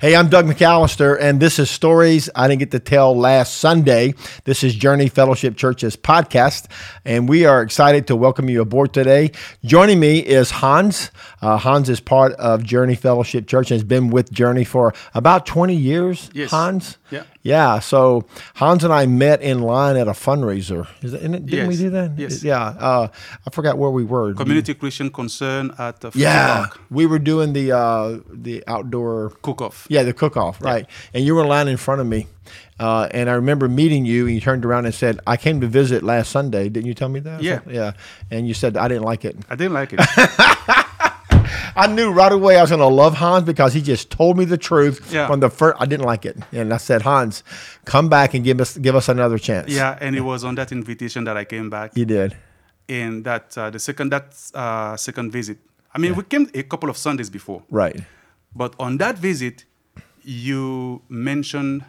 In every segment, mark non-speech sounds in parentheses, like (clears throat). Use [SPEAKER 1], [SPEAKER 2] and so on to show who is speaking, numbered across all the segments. [SPEAKER 1] Hey, I'm Doug McAllister, and this is Stories I Didn't Get to Tell Last Sunday. This is Journey Fellowship Church's podcast, and we are excited to welcome you aboard today. Joining me is Hans. Uh, Hans is part of Journey Fellowship Church and has been with Journey for about 20 years.
[SPEAKER 2] Yes.
[SPEAKER 1] Hans?
[SPEAKER 2] Yeah.
[SPEAKER 1] Yeah. So Hans and I met in line at a fundraiser. Is that, isn't it, didn't we
[SPEAKER 2] Yes.
[SPEAKER 1] do that?
[SPEAKER 2] Yes.
[SPEAKER 1] Yeah. Uh, I forgot where we were.
[SPEAKER 2] Community Christian Concern at the
[SPEAKER 1] Yeah.
[SPEAKER 2] Rock
[SPEAKER 1] We were doing the, uh, the outdoor
[SPEAKER 2] Cook Off.
[SPEAKER 1] Yeah, the cook off, right. And you were lying in front of me. Uh, and I remember meeting you, and you turned around and said, I came to visit last Sunday. Didn't you tell me that? or
[SPEAKER 2] Yeah.
[SPEAKER 1] something? Yeah. And you said, I didn't like it.
[SPEAKER 2] I
[SPEAKER 1] (laughs)
[SPEAKER 2] didn't like it.
[SPEAKER 1] I knew right away I was going to love Hans because he just told me the truth
[SPEAKER 2] Yeah.
[SPEAKER 1] from the first. I didn't like it. And I said, Hans, come back and give us give us another chance.
[SPEAKER 2] yeah, and it was on that invitation that I came back
[SPEAKER 1] You did.
[SPEAKER 2] in that uh, the second that uh, second visit. I mean, we came a couple of Sundays before,
[SPEAKER 1] Right.
[SPEAKER 2] but on that visit, you mentioned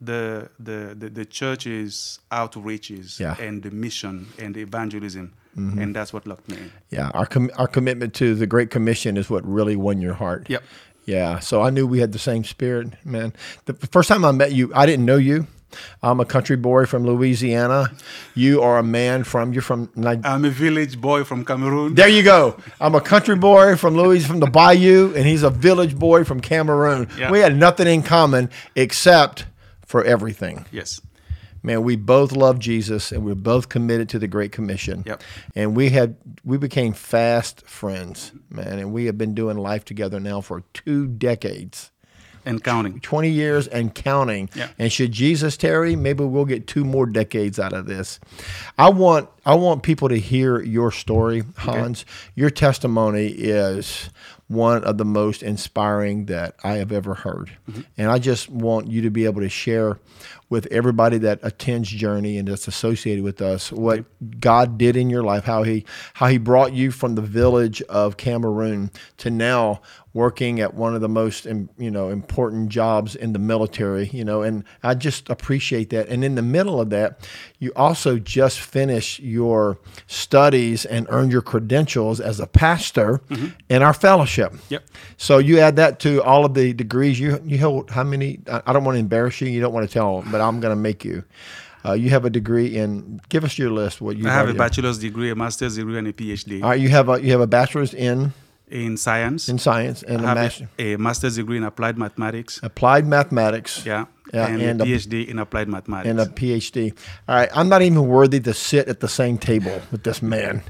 [SPEAKER 2] the the the, the church's outreaches
[SPEAKER 1] Yeah. Mm-hmm.
[SPEAKER 2] and the mission and the evangelism, and that's what locked me in.
[SPEAKER 1] Yeah. Our, com- our commitment to the Great Commission is what really won your heart.
[SPEAKER 2] Yep.
[SPEAKER 1] Yeah, so I knew we had the same spirit, man. The first time I met you, I didn't know you. I'm a country boy from Louisiana. You are a man from you're from Ni-
[SPEAKER 2] I'm a village boy from Cameroon.
[SPEAKER 1] There you go. I'm a country boy from Louis from the Bayou, and he's a village boy from Cameroon.
[SPEAKER 2] Yeah.
[SPEAKER 1] We had nothing in common except for everything.
[SPEAKER 2] yes,
[SPEAKER 1] Man, we both love Jesus, and we're both committed to the Great Commission.
[SPEAKER 2] Yep.
[SPEAKER 1] And we had we became fast friends, man, and we have been doing life together now for two decades.
[SPEAKER 2] and counting.
[SPEAKER 1] 20 years and counting.
[SPEAKER 2] Yeah.
[SPEAKER 1] And should Jesus tarry, maybe we'll get two more decades out of this. I want I want people to hear your story, Hans. Your testimony is one of the most inspiring that I have ever heard. And I just want you to be able to share with everybody that attends Journey and that's associated with us what God did in your life, how he how he brought you from the village of Cameroon to now working at one of the most im- you know important jobs in the military you know and i just appreciate that and in the middle of that you also just finished your studies and earned your credentials as a pastor in our fellowship
[SPEAKER 2] Yep.
[SPEAKER 1] so you add that to all of the degrees you you hold how many i, I don't want to embarrass you you don't want to tell but i'm going to make you uh, you have a degree in give us your list what you
[SPEAKER 2] I have a
[SPEAKER 1] already-
[SPEAKER 2] bachelor's degree, a master's degree, and a PhD
[SPEAKER 1] all right you have a you have a bachelor's in
[SPEAKER 2] in science.
[SPEAKER 1] in science and
[SPEAKER 2] I
[SPEAKER 1] a
[SPEAKER 2] have
[SPEAKER 1] master
[SPEAKER 2] a, a master's degree in applied mathematics.
[SPEAKER 1] applied mathematics
[SPEAKER 2] yeah.
[SPEAKER 1] Yeah,
[SPEAKER 2] and,
[SPEAKER 1] and a-
[SPEAKER 2] a PhD in applied mathematics.
[SPEAKER 1] and a PhD. All right, I'm not even worthy to sit at the same table with this
[SPEAKER 2] (laughs)
[SPEAKER 1] man.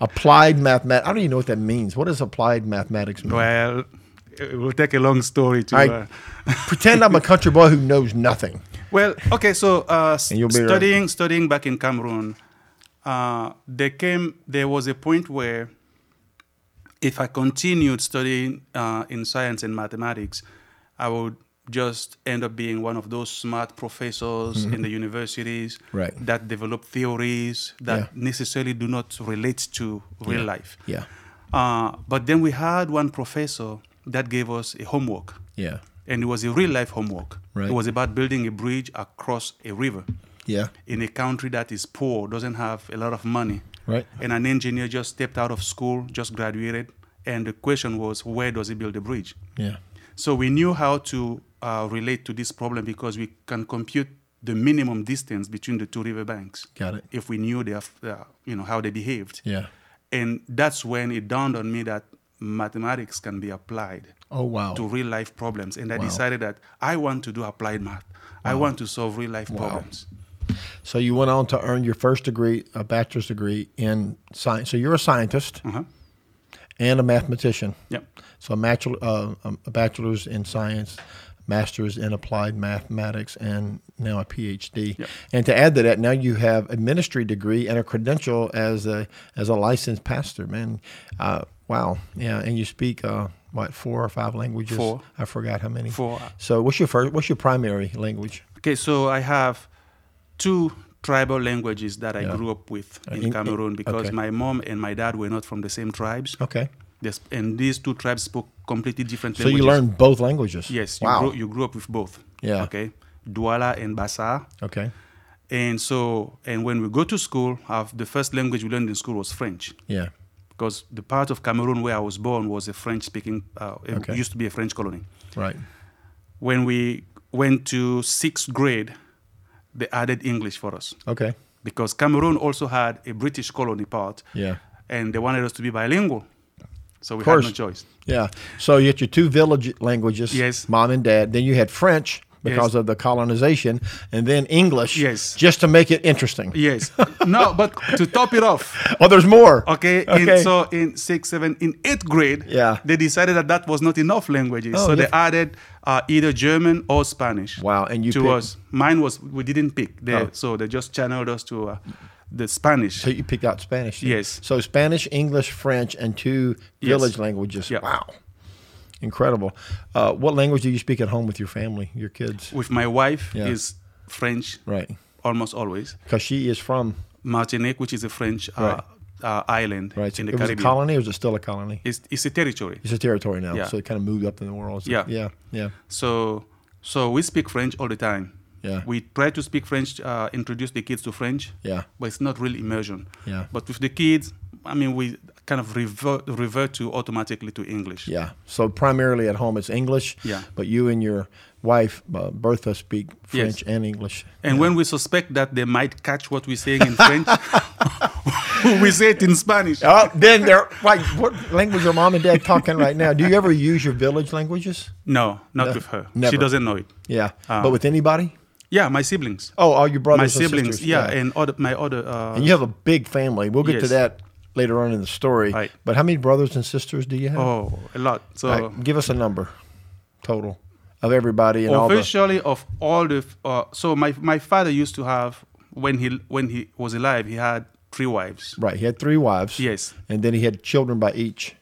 [SPEAKER 1] applied mathematics. I don't even know what that means. What does applied mathematics
[SPEAKER 2] (laughs)
[SPEAKER 1] mean?
[SPEAKER 2] well, it will take a long story to.
[SPEAKER 1] I-
[SPEAKER 2] uh,
[SPEAKER 1] Pretend I'm a country boy who knows nothing.
[SPEAKER 2] well, okay, so uh, s-
[SPEAKER 1] And you'll be right.
[SPEAKER 2] studying, studying back in Cameroon, uh, there came, there was a point where, if I continued studying uh, in science and mathematics, I would just end up being one of those smart professors in the universities
[SPEAKER 1] Mm-hmm. Right.
[SPEAKER 2] that develop theories that
[SPEAKER 1] Yeah.
[SPEAKER 2] necessarily do not relate to real life.
[SPEAKER 1] Yeah.
[SPEAKER 2] Uh, but then we had one professor that gave us a homework,
[SPEAKER 1] Yeah.
[SPEAKER 2] and it was a real life homework.
[SPEAKER 1] Right.
[SPEAKER 2] It was about building a bridge across a river
[SPEAKER 1] Yeah.
[SPEAKER 2] in a country that is poor, doesn't have a lot of money.
[SPEAKER 1] Right.
[SPEAKER 2] And an engineer just stepped out of school, just graduated, and the question was, where does he build a bridge?
[SPEAKER 1] Yeah.
[SPEAKER 2] So we knew how to uh, relate to this problem because we can compute the minimum distance between the two river banks.
[SPEAKER 1] Got it.
[SPEAKER 2] If we knew their, f- uh, you know, how they behaved.
[SPEAKER 1] Yeah.
[SPEAKER 2] And that's when it dawned on me that mathematics can be applied
[SPEAKER 1] Oh wow.
[SPEAKER 2] to real life problems. And I decided that I want to do applied math. I want to solve real life problems.
[SPEAKER 1] So you went on to earn your first degree, a bachelor's degree in science. So you're a scientist
[SPEAKER 2] Uh-huh.
[SPEAKER 1] and a mathematician.
[SPEAKER 2] Yep.
[SPEAKER 1] So a, bachelor, uh, um, a bachelor's in science, master's in applied mathematics, and now a PhD.
[SPEAKER 2] Yep.
[SPEAKER 1] And to add to that, now you have a ministry degree and a credential as a as a licensed pastor. Man, uh, wow, yeah. And you speak uh, what four or five languages?
[SPEAKER 2] Four.
[SPEAKER 1] I forgot how many.
[SPEAKER 2] Four.
[SPEAKER 1] So what's your first? What's your primary language?
[SPEAKER 2] Okay, so I have two tribal languages that I
[SPEAKER 1] Yeah.
[SPEAKER 2] grew up with
[SPEAKER 1] in- in-
[SPEAKER 2] Uh, in Cameroon because
[SPEAKER 1] okay.
[SPEAKER 2] my mom and my dad were not from the same tribes.
[SPEAKER 1] Okay.
[SPEAKER 2] This- and these two tribes spoke completely different
[SPEAKER 1] So
[SPEAKER 2] languages.
[SPEAKER 1] you learned both languages.
[SPEAKER 2] Yes, you,
[SPEAKER 1] Wow.
[SPEAKER 2] grew, you grew up with both.
[SPEAKER 1] Yeah.
[SPEAKER 2] Okay, Douala and Bassa.
[SPEAKER 1] okay.
[SPEAKER 2] And so, and when we go to school, our, the first language we learned in school was French.
[SPEAKER 1] Yeah.
[SPEAKER 2] Because the part of Cameroon where I was born was a French speaking, uh, it
[SPEAKER 1] Okay.
[SPEAKER 2] used to be a French colony.
[SPEAKER 1] Right.
[SPEAKER 2] when we went to sixth grade, they added English for us
[SPEAKER 1] Okay.
[SPEAKER 2] because Cameroon also had a British colony part,
[SPEAKER 1] Yeah.
[SPEAKER 2] and they wanted us to be bilingual, so we had
[SPEAKER 1] course.
[SPEAKER 2] no choice.
[SPEAKER 1] Yeah. So you had your two village languages.
[SPEAKER 2] Yes.
[SPEAKER 1] Mom and dad. Then you had French because
[SPEAKER 2] Yes.
[SPEAKER 1] of the colonization, and then English.
[SPEAKER 2] Yes.
[SPEAKER 1] Just to make it interesting.
[SPEAKER 2] Yes, (laughs) no, but to top it off,
[SPEAKER 1] Oh, there's more.
[SPEAKER 2] Okay,
[SPEAKER 1] Okay.
[SPEAKER 2] In, so in sixth, seven, in eighth grade,
[SPEAKER 1] Yeah.
[SPEAKER 2] they decided that that was not enough languages,
[SPEAKER 1] Oh,
[SPEAKER 2] so
[SPEAKER 1] yeah.
[SPEAKER 2] they added uh, either German or Spanish.
[SPEAKER 1] Wow, and you
[SPEAKER 2] to
[SPEAKER 1] picked-
[SPEAKER 2] us, mine was we didn't pick, they,
[SPEAKER 1] Oh.
[SPEAKER 2] so they just channeled us to uh, the Spanish.
[SPEAKER 1] So you picked out Spanish. then.
[SPEAKER 2] Yes.
[SPEAKER 1] So Spanish, English, French, and two village languages.
[SPEAKER 2] Yeah.
[SPEAKER 1] Wow. Incredible. Uh, what language do you speak at home with your family, your kids?
[SPEAKER 2] With my wife
[SPEAKER 1] Yeah.
[SPEAKER 2] is French,
[SPEAKER 1] Right.
[SPEAKER 2] almost always
[SPEAKER 1] Because she is from
[SPEAKER 2] Martinique, which is a French uh, uh, island
[SPEAKER 1] right.
[SPEAKER 2] in the
[SPEAKER 1] it was a
[SPEAKER 2] Caribbean.
[SPEAKER 1] colony, or is it still a colony?
[SPEAKER 2] it's, it's a territory.
[SPEAKER 1] It's a territory now,
[SPEAKER 2] Yeah.
[SPEAKER 1] so it kind of moved up in the world. So-
[SPEAKER 2] Yeah.
[SPEAKER 1] Yeah. Yeah.
[SPEAKER 2] So, so we speak French all the time.
[SPEAKER 1] Yeah.
[SPEAKER 2] We try to speak French, uh, introduce the kids to French.
[SPEAKER 1] Yeah.
[SPEAKER 2] But it's not really immersion.
[SPEAKER 1] Yeah.
[SPEAKER 2] But with the kids, I mean, we kind of revert, revert to automatically to English.
[SPEAKER 1] Yeah. So primarily at home it's English.
[SPEAKER 2] Yeah.
[SPEAKER 1] But you and your wife uh, Bertha speak French and English.
[SPEAKER 2] And when we suspect that they might catch what we're saying in
[SPEAKER 1] (laughs)
[SPEAKER 2] French, (laughs) we say it in Spanish.
[SPEAKER 1] Oh, then they're like, what language are mom and dad talking right now? Do you ever use your village languages?
[SPEAKER 2] No, not
[SPEAKER 1] No,
[SPEAKER 2] with her.
[SPEAKER 1] never.
[SPEAKER 2] She doesn't know it.
[SPEAKER 1] Yeah.
[SPEAKER 2] Uh,
[SPEAKER 1] but with anybody?
[SPEAKER 2] Yeah, my siblings.
[SPEAKER 1] Oh, all your brothers
[SPEAKER 2] my
[SPEAKER 1] and
[SPEAKER 2] siblings,
[SPEAKER 1] sisters.
[SPEAKER 2] yeah, and other, my other. Uh,
[SPEAKER 1] And you have a big family. We'll get to
[SPEAKER 2] Yes.
[SPEAKER 1] that later on in the story.
[SPEAKER 2] Right.
[SPEAKER 1] But how many brothers and sisters do you have?
[SPEAKER 2] Oh, a lot. So
[SPEAKER 1] All right, give us a number total of everybody and all the.
[SPEAKER 2] officially of all the f- uh, so my my father used to have when he when he was alive he had three wives
[SPEAKER 1] Right. He had three wives.
[SPEAKER 2] yes
[SPEAKER 1] And then he had children by each.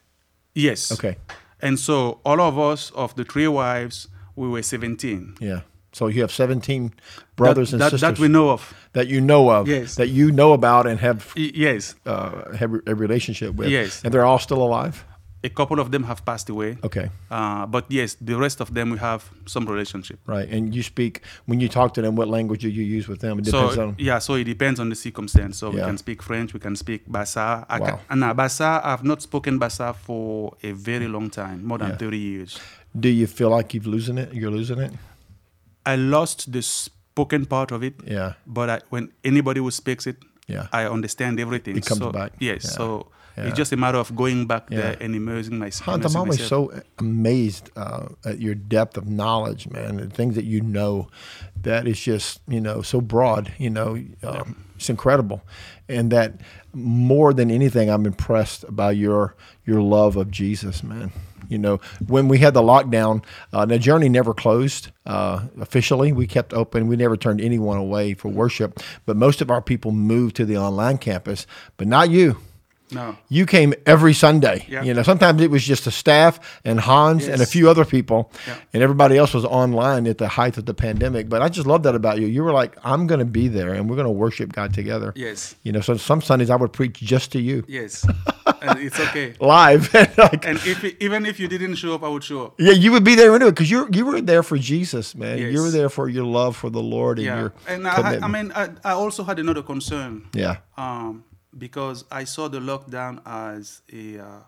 [SPEAKER 2] yes
[SPEAKER 1] Okay.
[SPEAKER 2] and so all of us of the three wives we were 17
[SPEAKER 1] Yeah. So you have 17 brothers
[SPEAKER 2] that,
[SPEAKER 1] and
[SPEAKER 2] that,
[SPEAKER 1] sisters
[SPEAKER 2] that we know of
[SPEAKER 1] that you know of,
[SPEAKER 2] Yes.
[SPEAKER 1] that you know about and have
[SPEAKER 2] Y- yes
[SPEAKER 1] uh, have a relationship with.
[SPEAKER 2] Yes.
[SPEAKER 1] And they're all still alive.
[SPEAKER 2] a couple of them have passed away
[SPEAKER 1] Okay.
[SPEAKER 2] uh, but yes the rest of them we have some relationship
[SPEAKER 1] Right. And you speak when you talk to them. What language do you use with them? It depends
[SPEAKER 2] so
[SPEAKER 1] on.
[SPEAKER 2] yeah so it depends on the circumstance so we
[SPEAKER 1] Yeah.
[SPEAKER 2] can speak french we can speak basa I
[SPEAKER 1] Wow.
[SPEAKER 2] can, nah, basa i've not spoken basa for a very long time more than
[SPEAKER 1] Yeah.
[SPEAKER 2] 30 years
[SPEAKER 1] Do you feel like you've losing it? You're losing it.
[SPEAKER 2] I lost the spoken part of it,
[SPEAKER 1] Yeah.
[SPEAKER 2] but I, when anybody who speaks it,
[SPEAKER 1] Yeah.
[SPEAKER 2] I understand everything.
[SPEAKER 1] Ah. It comes
[SPEAKER 2] so,
[SPEAKER 1] back.
[SPEAKER 2] Yes.
[SPEAKER 1] Yeah.
[SPEAKER 2] So
[SPEAKER 1] Yeah.
[SPEAKER 2] it's just a matter of going back there
[SPEAKER 1] Yeah.
[SPEAKER 2] and immersing my- immersing myself.
[SPEAKER 1] Hans, I'm always so amazed uh, at your depth of knowledge, man, and things that you know that is just, you know, so broad, you know, um, it's incredible. And that more than anything, I'm impressed by your your love of Jesus, man. You know, when we had the lockdown, uh, the journey never closed uh, officially. We kept open. We never turned anyone away for worship. But most of our people moved to the online campus, but not you
[SPEAKER 2] No.
[SPEAKER 1] you came every Sunday.
[SPEAKER 2] Yeah.
[SPEAKER 1] You know, sometimes it was just the staff and Hans and a
[SPEAKER 2] Yes.
[SPEAKER 1] few other people,
[SPEAKER 2] Yeah.
[SPEAKER 1] and everybody else was online at the height of the pandemic. But I just love that about you. You were like, I'm going to be there, and we're going to worship God together.
[SPEAKER 2] Yes.
[SPEAKER 1] You know, so some Sundays I would preach just to you (laughs)
[SPEAKER 2] Yes. and it's okay.
[SPEAKER 1] live, (laughs) and like,
[SPEAKER 2] And if it- even if you didn't show up, I would show up.
[SPEAKER 1] yeah, you would be there anyway because you you were there for Jesus, man. You
[SPEAKER 2] Yes.
[SPEAKER 1] were there for your love for the Lord and
[SPEAKER 2] Yeah.
[SPEAKER 1] your
[SPEAKER 2] And I,
[SPEAKER 1] commitment.
[SPEAKER 2] I mean, I, I also had another concern.
[SPEAKER 1] yeah,
[SPEAKER 2] um, because I saw the lockdown as a. Uh,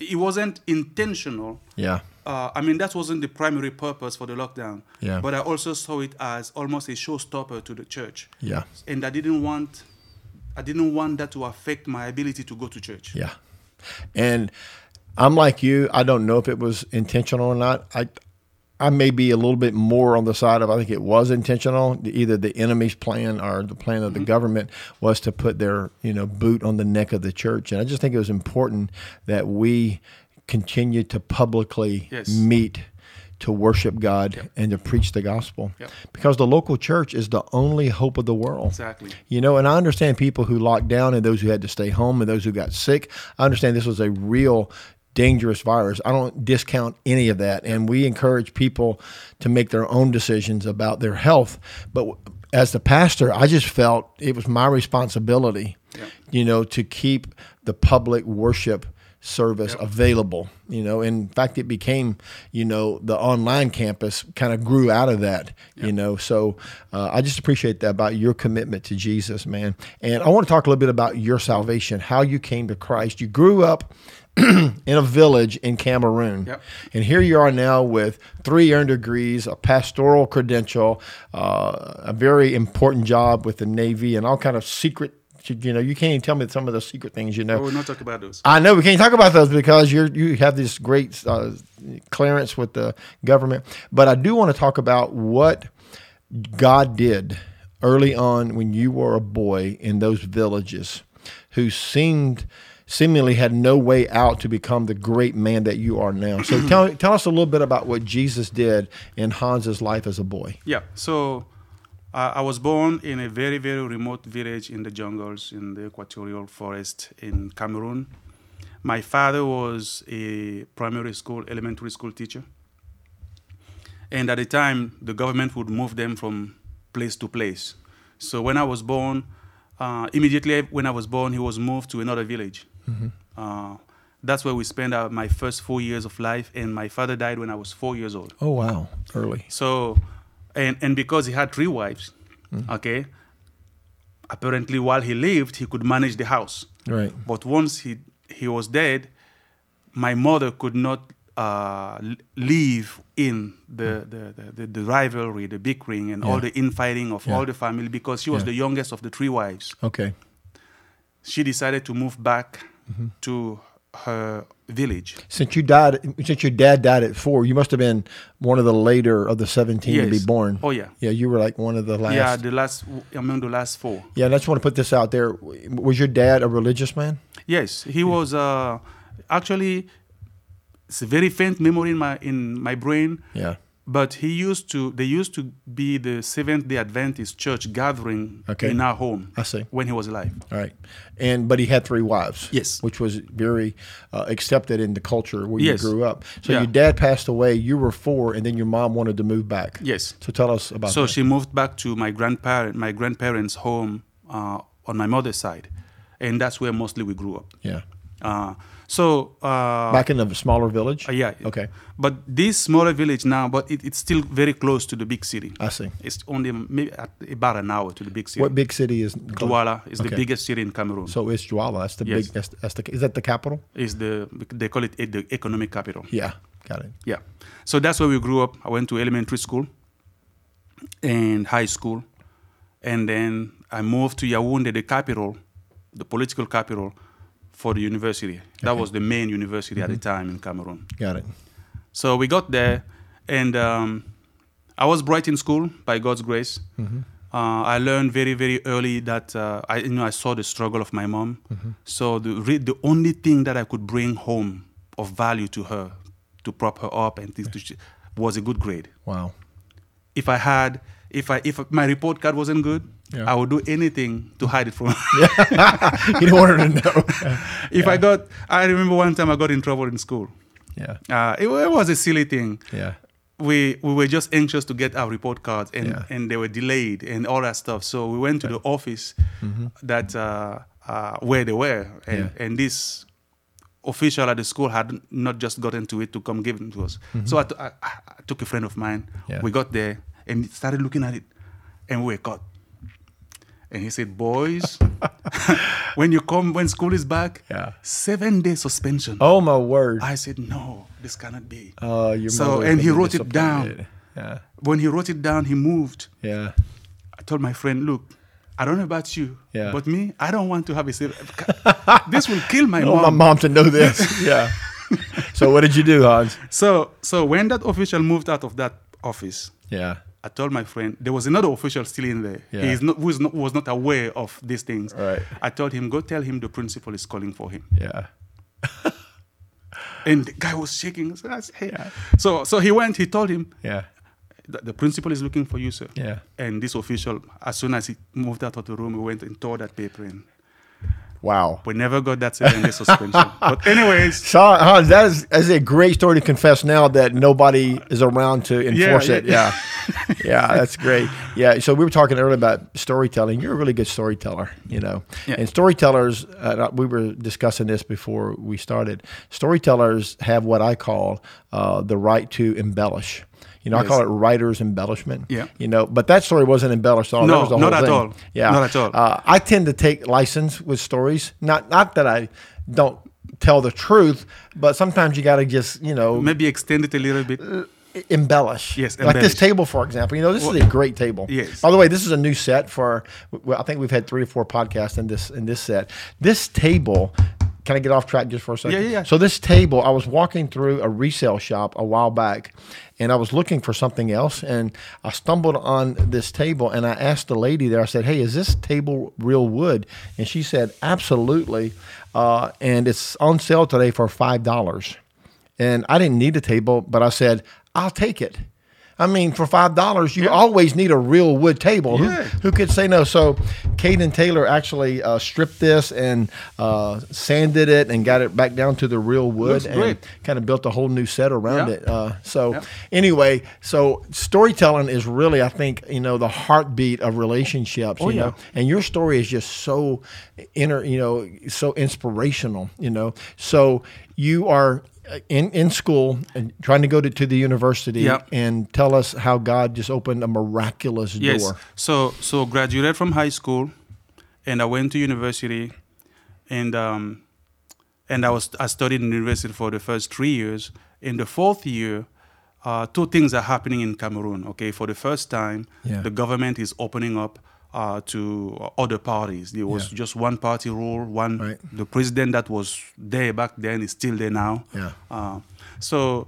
[SPEAKER 2] it wasn't intentional.
[SPEAKER 1] yeah,
[SPEAKER 2] Uh, I mean, that wasn't the primary purpose for the lockdown.
[SPEAKER 1] Yeah.
[SPEAKER 2] But I also saw it as almost a showstopper to the church,
[SPEAKER 1] yeah,
[SPEAKER 2] and I didn't want, I didn't want that to affect my ability to go to church.
[SPEAKER 1] yeah. And I'm like you. I don't know if it was intentional or not. I I may be a little bit more on the side of I think it was intentional. Either the enemy's plan or the plan
[SPEAKER 2] Mm-hmm.
[SPEAKER 1] of the government was to put their you know boot on the neck of the church, and I just think it was important that we continue to publicly
[SPEAKER 2] Yes.
[SPEAKER 1] meet to worship God and to preach the gospel
[SPEAKER 2] Yep.
[SPEAKER 1] because the local church is the only hope of the world.
[SPEAKER 2] Exactly.
[SPEAKER 1] You know, and I understand people who locked down and those who had to stay home and those who got sick. I understand this was a real dangerous virus. I don't discount any of that. And we encourage people to make their own decisions about their health. But as the pastor, I just felt it was my responsibility, you know, to keep the public worship service available you know in fact it became you know the online campus kind of grew out of that you know so uh, i just appreciate that about your commitment to jesus man and i want to talk a little bit about your salvation how you came to christ you grew up (clears throat) in a village in Cameroon.
[SPEAKER 2] Yep.
[SPEAKER 1] And here you are now with three earned degrees, a pastoral credential, uh, a very important job with the Navy, and all kind of secret. You know, you can't even tell me some of the secret things you know.
[SPEAKER 2] We'll not talk about those.
[SPEAKER 1] I know we can't talk about those because you you have this great uh, clearance with the government, but I do want to talk about what God did early on when you were a boy in those villages, who seemed seemingly had no way out to become the great man that you are now. So (clears throat) tell tell us a little bit about what Jesus did in Hans's life as a boy.
[SPEAKER 2] Yeah. So uh, I was born in a very, very remote village in the jungles in the equatorial forest in Cameroon. My father was a primary school, elementary school teacher. And at the time, the government would move them from place to place. So when I was born, uh, immediately when I was born, he was moved to another village. Uh, that's where we spent our, my first four years of life. And my father died when I was four years old.
[SPEAKER 1] Oh wow, early.
[SPEAKER 2] So, and and because he had three wives,
[SPEAKER 1] Mm.
[SPEAKER 2] okay. Apparently, while he lived, he could manage the house.
[SPEAKER 1] Right.
[SPEAKER 2] But once he he was dead, my mother could not uh, l- live in the, the, the, the, the rivalry, the bickering, and all
[SPEAKER 1] Mm. Yeah.
[SPEAKER 2] the infighting of
[SPEAKER 1] Yeah.
[SPEAKER 2] all the family because she was
[SPEAKER 1] Yeah.
[SPEAKER 2] the youngest of the three wives.
[SPEAKER 1] Okay.
[SPEAKER 2] She decided to move back
[SPEAKER 1] Mm-hmm.
[SPEAKER 2] to her village.
[SPEAKER 1] Since you died, since your dad died at four, you must have been one of the later of the seventeen to be
[SPEAKER 2] Yes.
[SPEAKER 1] born.
[SPEAKER 2] Oh, yeah.
[SPEAKER 1] yeah, you were like one of the last.
[SPEAKER 2] Yeah,
[SPEAKER 1] Yeah,
[SPEAKER 2] the last among the last four.
[SPEAKER 1] yeah. And I just want to put this out there. Was your dad a religious man?
[SPEAKER 2] Yes, he was uh, actually. It's a very faint memory in my in my brain,
[SPEAKER 1] Yeah.
[SPEAKER 2] but he used to. They used to be the Seventh Day Adventist church gathering
[SPEAKER 1] Okay.
[SPEAKER 2] in our home.
[SPEAKER 1] I see.
[SPEAKER 2] When he was alive.
[SPEAKER 1] All right. And but he had three wives.
[SPEAKER 2] Yes.
[SPEAKER 1] Which was very uh, accepted in the culture where
[SPEAKER 2] Yes.
[SPEAKER 1] you grew up. So
[SPEAKER 2] Yeah.
[SPEAKER 1] your dad passed away. You were four, and then your mom wanted to move back.
[SPEAKER 2] Yes.
[SPEAKER 1] So tell us about.
[SPEAKER 2] So
[SPEAKER 1] that.
[SPEAKER 2] she moved back to my grandparent, my grandparents' home uh, on my mother's side, and that's where mostly we grew up.
[SPEAKER 1] yeah.
[SPEAKER 2] Uh, so uh,
[SPEAKER 1] Back in a smaller village.
[SPEAKER 2] uh, yeah.
[SPEAKER 1] Okay.
[SPEAKER 2] But this smaller village now, but it, it's still very close to the big city.
[SPEAKER 1] I see.
[SPEAKER 2] It's only maybe at about an hour to the big city.
[SPEAKER 1] What big city is?
[SPEAKER 2] Douala is
[SPEAKER 1] Okay.
[SPEAKER 2] the biggest city in Cameroon.
[SPEAKER 1] So it's Douala. That's the
[SPEAKER 2] Yes.
[SPEAKER 1] big. That's, that's the. Is that the capital?
[SPEAKER 2] is the they call it the economic capital.
[SPEAKER 1] Yeah. Got it.
[SPEAKER 2] Yeah. So that's where we grew up. I went to elementary school and high school. And then I moved to Yaoundé, the capital, the political capital for the university. That was the main university at the
[SPEAKER 1] Mm-hmm.
[SPEAKER 2] time in Cameroon.
[SPEAKER 1] Got it.
[SPEAKER 2] So we got there, and um, I was bright in school by God's grace. Uh, I learned very, very early that uh, I, you know, I saw the struggle of my mom. So the re- the only thing that I could bring home of value to her, to prop her up, and things to sh- was a good grade.
[SPEAKER 1] Wow. (laughs)
[SPEAKER 2] If I had, if I, if my report card wasn't good,
[SPEAKER 1] Yeah.
[SPEAKER 2] I would do anything to hide it from. her.
[SPEAKER 1] you don't want her to know.
[SPEAKER 2] (laughs) if I got, I remember one time I got in trouble in school.
[SPEAKER 1] (laughs) yeah.
[SPEAKER 2] Uh, it, wa- it was a silly thing.
[SPEAKER 1] Yeah.
[SPEAKER 2] we we were just anxious to get our report cards and
[SPEAKER 1] Yeah.
[SPEAKER 2] and they were delayed and all that stuff so we went to the office
[SPEAKER 1] Mm-hmm.
[SPEAKER 2] that uh, uh, where they were and and this official at the school had not just gotten to it to come give them to us so I, t- I, I took a friend of mine
[SPEAKER 1] Mm-hmm. Yeah.
[SPEAKER 2] we got there and started looking at it and we were caught and he said
[SPEAKER 1] (laughs)
[SPEAKER 2] boys when you come when school is back
[SPEAKER 1] Yeah.
[SPEAKER 2] seven day suspension
[SPEAKER 1] Oh my word.
[SPEAKER 2] i said no this cannot be
[SPEAKER 1] Oh, your
[SPEAKER 2] So,
[SPEAKER 1] mother's
[SPEAKER 2] and he
[SPEAKER 1] gonna be
[SPEAKER 2] wrote it down.
[SPEAKER 1] disappointed. Yeah.
[SPEAKER 2] when he wrote it down he moved
[SPEAKER 1] Yeah.
[SPEAKER 2] I told my friend, look, I don't know about you,
[SPEAKER 1] Yeah.
[SPEAKER 2] but me, I don't want to have a save. (laughs) this will kill
[SPEAKER 1] (laughs)
[SPEAKER 2] my
[SPEAKER 1] I want
[SPEAKER 2] mom.
[SPEAKER 1] my mom to know
[SPEAKER 2] (laughs)
[SPEAKER 1] this. yeah. So what did you do, Hans?
[SPEAKER 2] So, so when that official moved out of that office,
[SPEAKER 1] Yeah.
[SPEAKER 2] I told my friend there was another official still in there.
[SPEAKER 1] Yeah.
[SPEAKER 2] He is not, who is not, was not aware of these things.
[SPEAKER 1] Right.
[SPEAKER 2] I told him, go tell him the principal is calling for him.
[SPEAKER 1] Yeah.
[SPEAKER 2] And the guy was shaking. So, I said, hey.
[SPEAKER 1] Yeah.
[SPEAKER 2] so, so he went. He told him
[SPEAKER 1] Yeah.
[SPEAKER 2] that the principal is looking for you, sir.
[SPEAKER 1] Yeah.
[SPEAKER 2] And this official, as soon as he moved out of the room, he went and tore that paper in.
[SPEAKER 1] Wow.
[SPEAKER 2] We never got that seven-day (laughs) suspension. But anyways,
[SPEAKER 1] So Hans, that is, that is a great story to confess now that nobody is around to enforce
[SPEAKER 2] yeah.
[SPEAKER 1] it. Yeah. yeah, that's great. Yeah. So we were talking earlier about storytelling. You're a really good storyteller, you know.
[SPEAKER 2] Yeah.
[SPEAKER 1] And storytellers, uh, we were discussing this before we started. Storytellers have what I call uh, the right to embellish. You know, I
[SPEAKER 2] Yes.
[SPEAKER 1] call it writer's embellishment.
[SPEAKER 2] Yeah.
[SPEAKER 1] You know, but that story wasn't embellished at all.
[SPEAKER 2] No,
[SPEAKER 1] that was the
[SPEAKER 2] not
[SPEAKER 1] whole
[SPEAKER 2] at
[SPEAKER 1] thing.
[SPEAKER 2] all.
[SPEAKER 1] Yeah.
[SPEAKER 2] Not at all.
[SPEAKER 1] Uh, I tend to take license with stories. Not not that I don't tell the truth, but sometimes you got to just, you know,
[SPEAKER 2] Maybe extend it a little bit.
[SPEAKER 1] embellish.
[SPEAKER 2] Yes,
[SPEAKER 1] like this
[SPEAKER 2] embellish.
[SPEAKER 1] table, for example. You know, this is a great table.
[SPEAKER 2] Yes.
[SPEAKER 1] By the way, this is a new set for. Well, I think we've had three or four podcasts in this in this set. This table. Can I get off track just for a second?
[SPEAKER 2] Yeah, yeah, yeah.
[SPEAKER 1] So this table, I was walking through a resale shop a while back, and I was looking for something else, and I stumbled on this table, and I asked the lady there. I said, "Hey, is this table real wood?" And she said, "Absolutely," uh, and it's on sale today for five dollars and I didn't need a table, but I said, I'll take it. I mean, for five dollars, you always need a real wood table. Who-
[SPEAKER 2] Yeah.
[SPEAKER 1] Who, could say no? So, Caden Taylor actually uh, stripped this and uh, sanded it and got it back down to the real wood
[SPEAKER 2] Looks
[SPEAKER 1] and
[SPEAKER 2] great.
[SPEAKER 1] kind of built a whole new set around
[SPEAKER 2] Yeah.
[SPEAKER 1] it. Uh, so,
[SPEAKER 2] Yeah.
[SPEAKER 1] anyway, so storytelling is really, I think, you know, the heartbeat of relationships. you
[SPEAKER 2] Oh, yeah.
[SPEAKER 1] know, and your story is just so inner you know so inspirational you know so you are uh, in in school and trying to go to, to the university
[SPEAKER 2] Yep.
[SPEAKER 1] and tell us how god just opened a miraculous
[SPEAKER 2] Yes.
[SPEAKER 1] door
[SPEAKER 2] So so graduated from high school, and I went to university, and um, and I was I studied in university for the first three years. In the fourth year, uh, two things are happening in Cameroon. Okay, for the first time,
[SPEAKER 1] Yeah.
[SPEAKER 2] the government is opening up. Uh, to other parties, there was
[SPEAKER 1] Yeah.
[SPEAKER 2] just one party rule. One,
[SPEAKER 1] Right.
[SPEAKER 2] the president that was there back then is still there now.
[SPEAKER 1] Yeah.
[SPEAKER 2] Uh, so,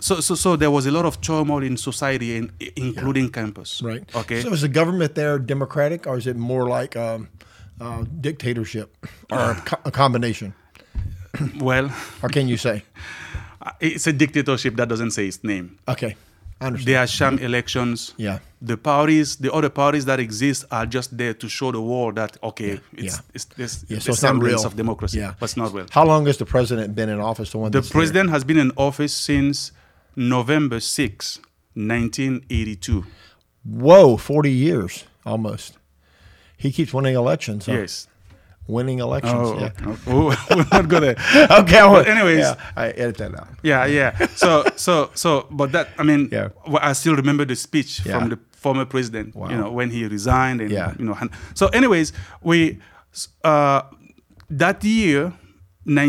[SPEAKER 2] so, so, so there was a lot of turmoil in society, in, including campus.
[SPEAKER 1] right
[SPEAKER 2] Okay.
[SPEAKER 1] so is the government there democratic or is it more like um, uh, dictatorship or a, co- a combination
[SPEAKER 2] well,
[SPEAKER 1] or can you say
[SPEAKER 2] it's a dictatorship that doesn't say its name.
[SPEAKER 1] okay i understand
[SPEAKER 2] There are sham elections.
[SPEAKER 1] yeah
[SPEAKER 2] The parties, the other parties that exist, are just there to show the world that okay, it's
[SPEAKER 1] Yeah.
[SPEAKER 2] it's, this
[SPEAKER 1] yeah,
[SPEAKER 2] it's
[SPEAKER 1] so
[SPEAKER 2] the
[SPEAKER 1] it's not
[SPEAKER 2] semblance
[SPEAKER 1] real
[SPEAKER 2] of democracy,
[SPEAKER 1] Yeah,
[SPEAKER 2] but it's not real.
[SPEAKER 1] How long has the president been in office? The one
[SPEAKER 2] The
[SPEAKER 1] that's there?
[SPEAKER 2] president has been in office since November 6, 1982.
[SPEAKER 1] Whoa, 40 years almost. He keeps winning elections. huh?
[SPEAKER 2] Yes.
[SPEAKER 1] Winning elections.
[SPEAKER 2] Oh,
[SPEAKER 1] yeah.
[SPEAKER 2] oh, (laughs) we're not gonna. (laughs)
[SPEAKER 1] Okay. I
[SPEAKER 2] But
[SPEAKER 1] (laughs)
[SPEAKER 2] anyways-
[SPEAKER 1] yeah, I edit that out.
[SPEAKER 2] Yeah, yeah. So, so, so, but that I mean,
[SPEAKER 1] Yeah.
[SPEAKER 2] well, I still remember the speech
[SPEAKER 1] Yeah.
[SPEAKER 2] from the former president.
[SPEAKER 1] Wow.
[SPEAKER 2] You know, when he resigned, and
[SPEAKER 1] Yeah.
[SPEAKER 2] you know, han- so, anyways, we s- uh, that year,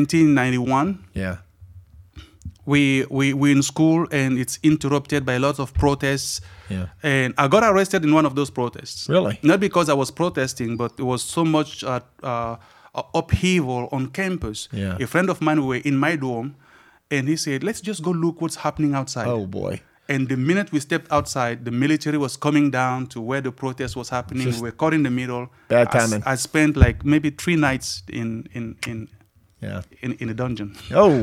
[SPEAKER 2] 1991,
[SPEAKER 1] Yeah.
[SPEAKER 2] we we we in school, and it's interrupted by lots of protests.
[SPEAKER 1] Yeah.
[SPEAKER 2] And I got arrested in one of those protests.
[SPEAKER 1] Really?
[SPEAKER 2] Not because I was protesting, but there was so much uh, uh, upheaval on campus.
[SPEAKER 1] Yeah.
[SPEAKER 2] A friend of mine we were in my dorm, and he said, "Let's just go look what's happening outside."
[SPEAKER 1] Oh, boy.
[SPEAKER 2] And the minute we stepped outside, the military was coming down to where the protest was happening. we were caught in the middle.
[SPEAKER 1] Bad
[SPEAKER 2] I s-
[SPEAKER 1] timing.
[SPEAKER 2] I, spent like maybe three nights in in in
[SPEAKER 1] Yeah.
[SPEAKER 2] in, in a dungeon. (laughs)
[SPEAKER 1] Oh,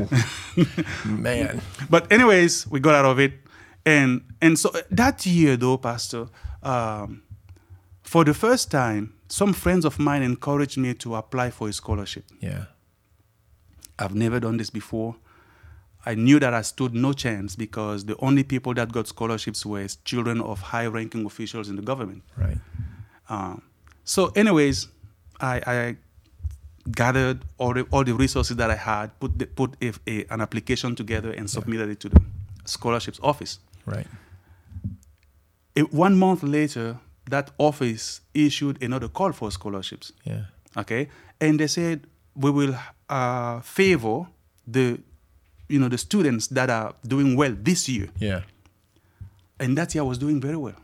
[SPEAKER 1] man.
[SPEAKER 2] But anyways, we got out of it, and and so that year though, Pastor, um, for the first time, some friends of mine encouraged me to apply for a scholarship.
[SPEAKER 1] Yeah.
[SPEAKER 2] I've never done this before. I knew that I stood no chance because the only people that got scholarships were children of high-ranking officials in the government.
[SPEAKER 1] Right.
[SPEAKER 2] Uh, so, anyways, I, I gathered all the, all the resources that I had, put the, put a, a- an application together, and submitted it to the scholarships office.
[SPEAKER 1] Right.
[SPEAKER 2] Eh, one month later, that office issued another call for scholarships.
[SPEAKER 1] Yeah.
[SPEAKER 2] Okay, and they said we will uh, favor the you know the students that are doing well this year.
[SPEAKER 1] Yeah.
[SPEAKER 2] And that year I was doing very well.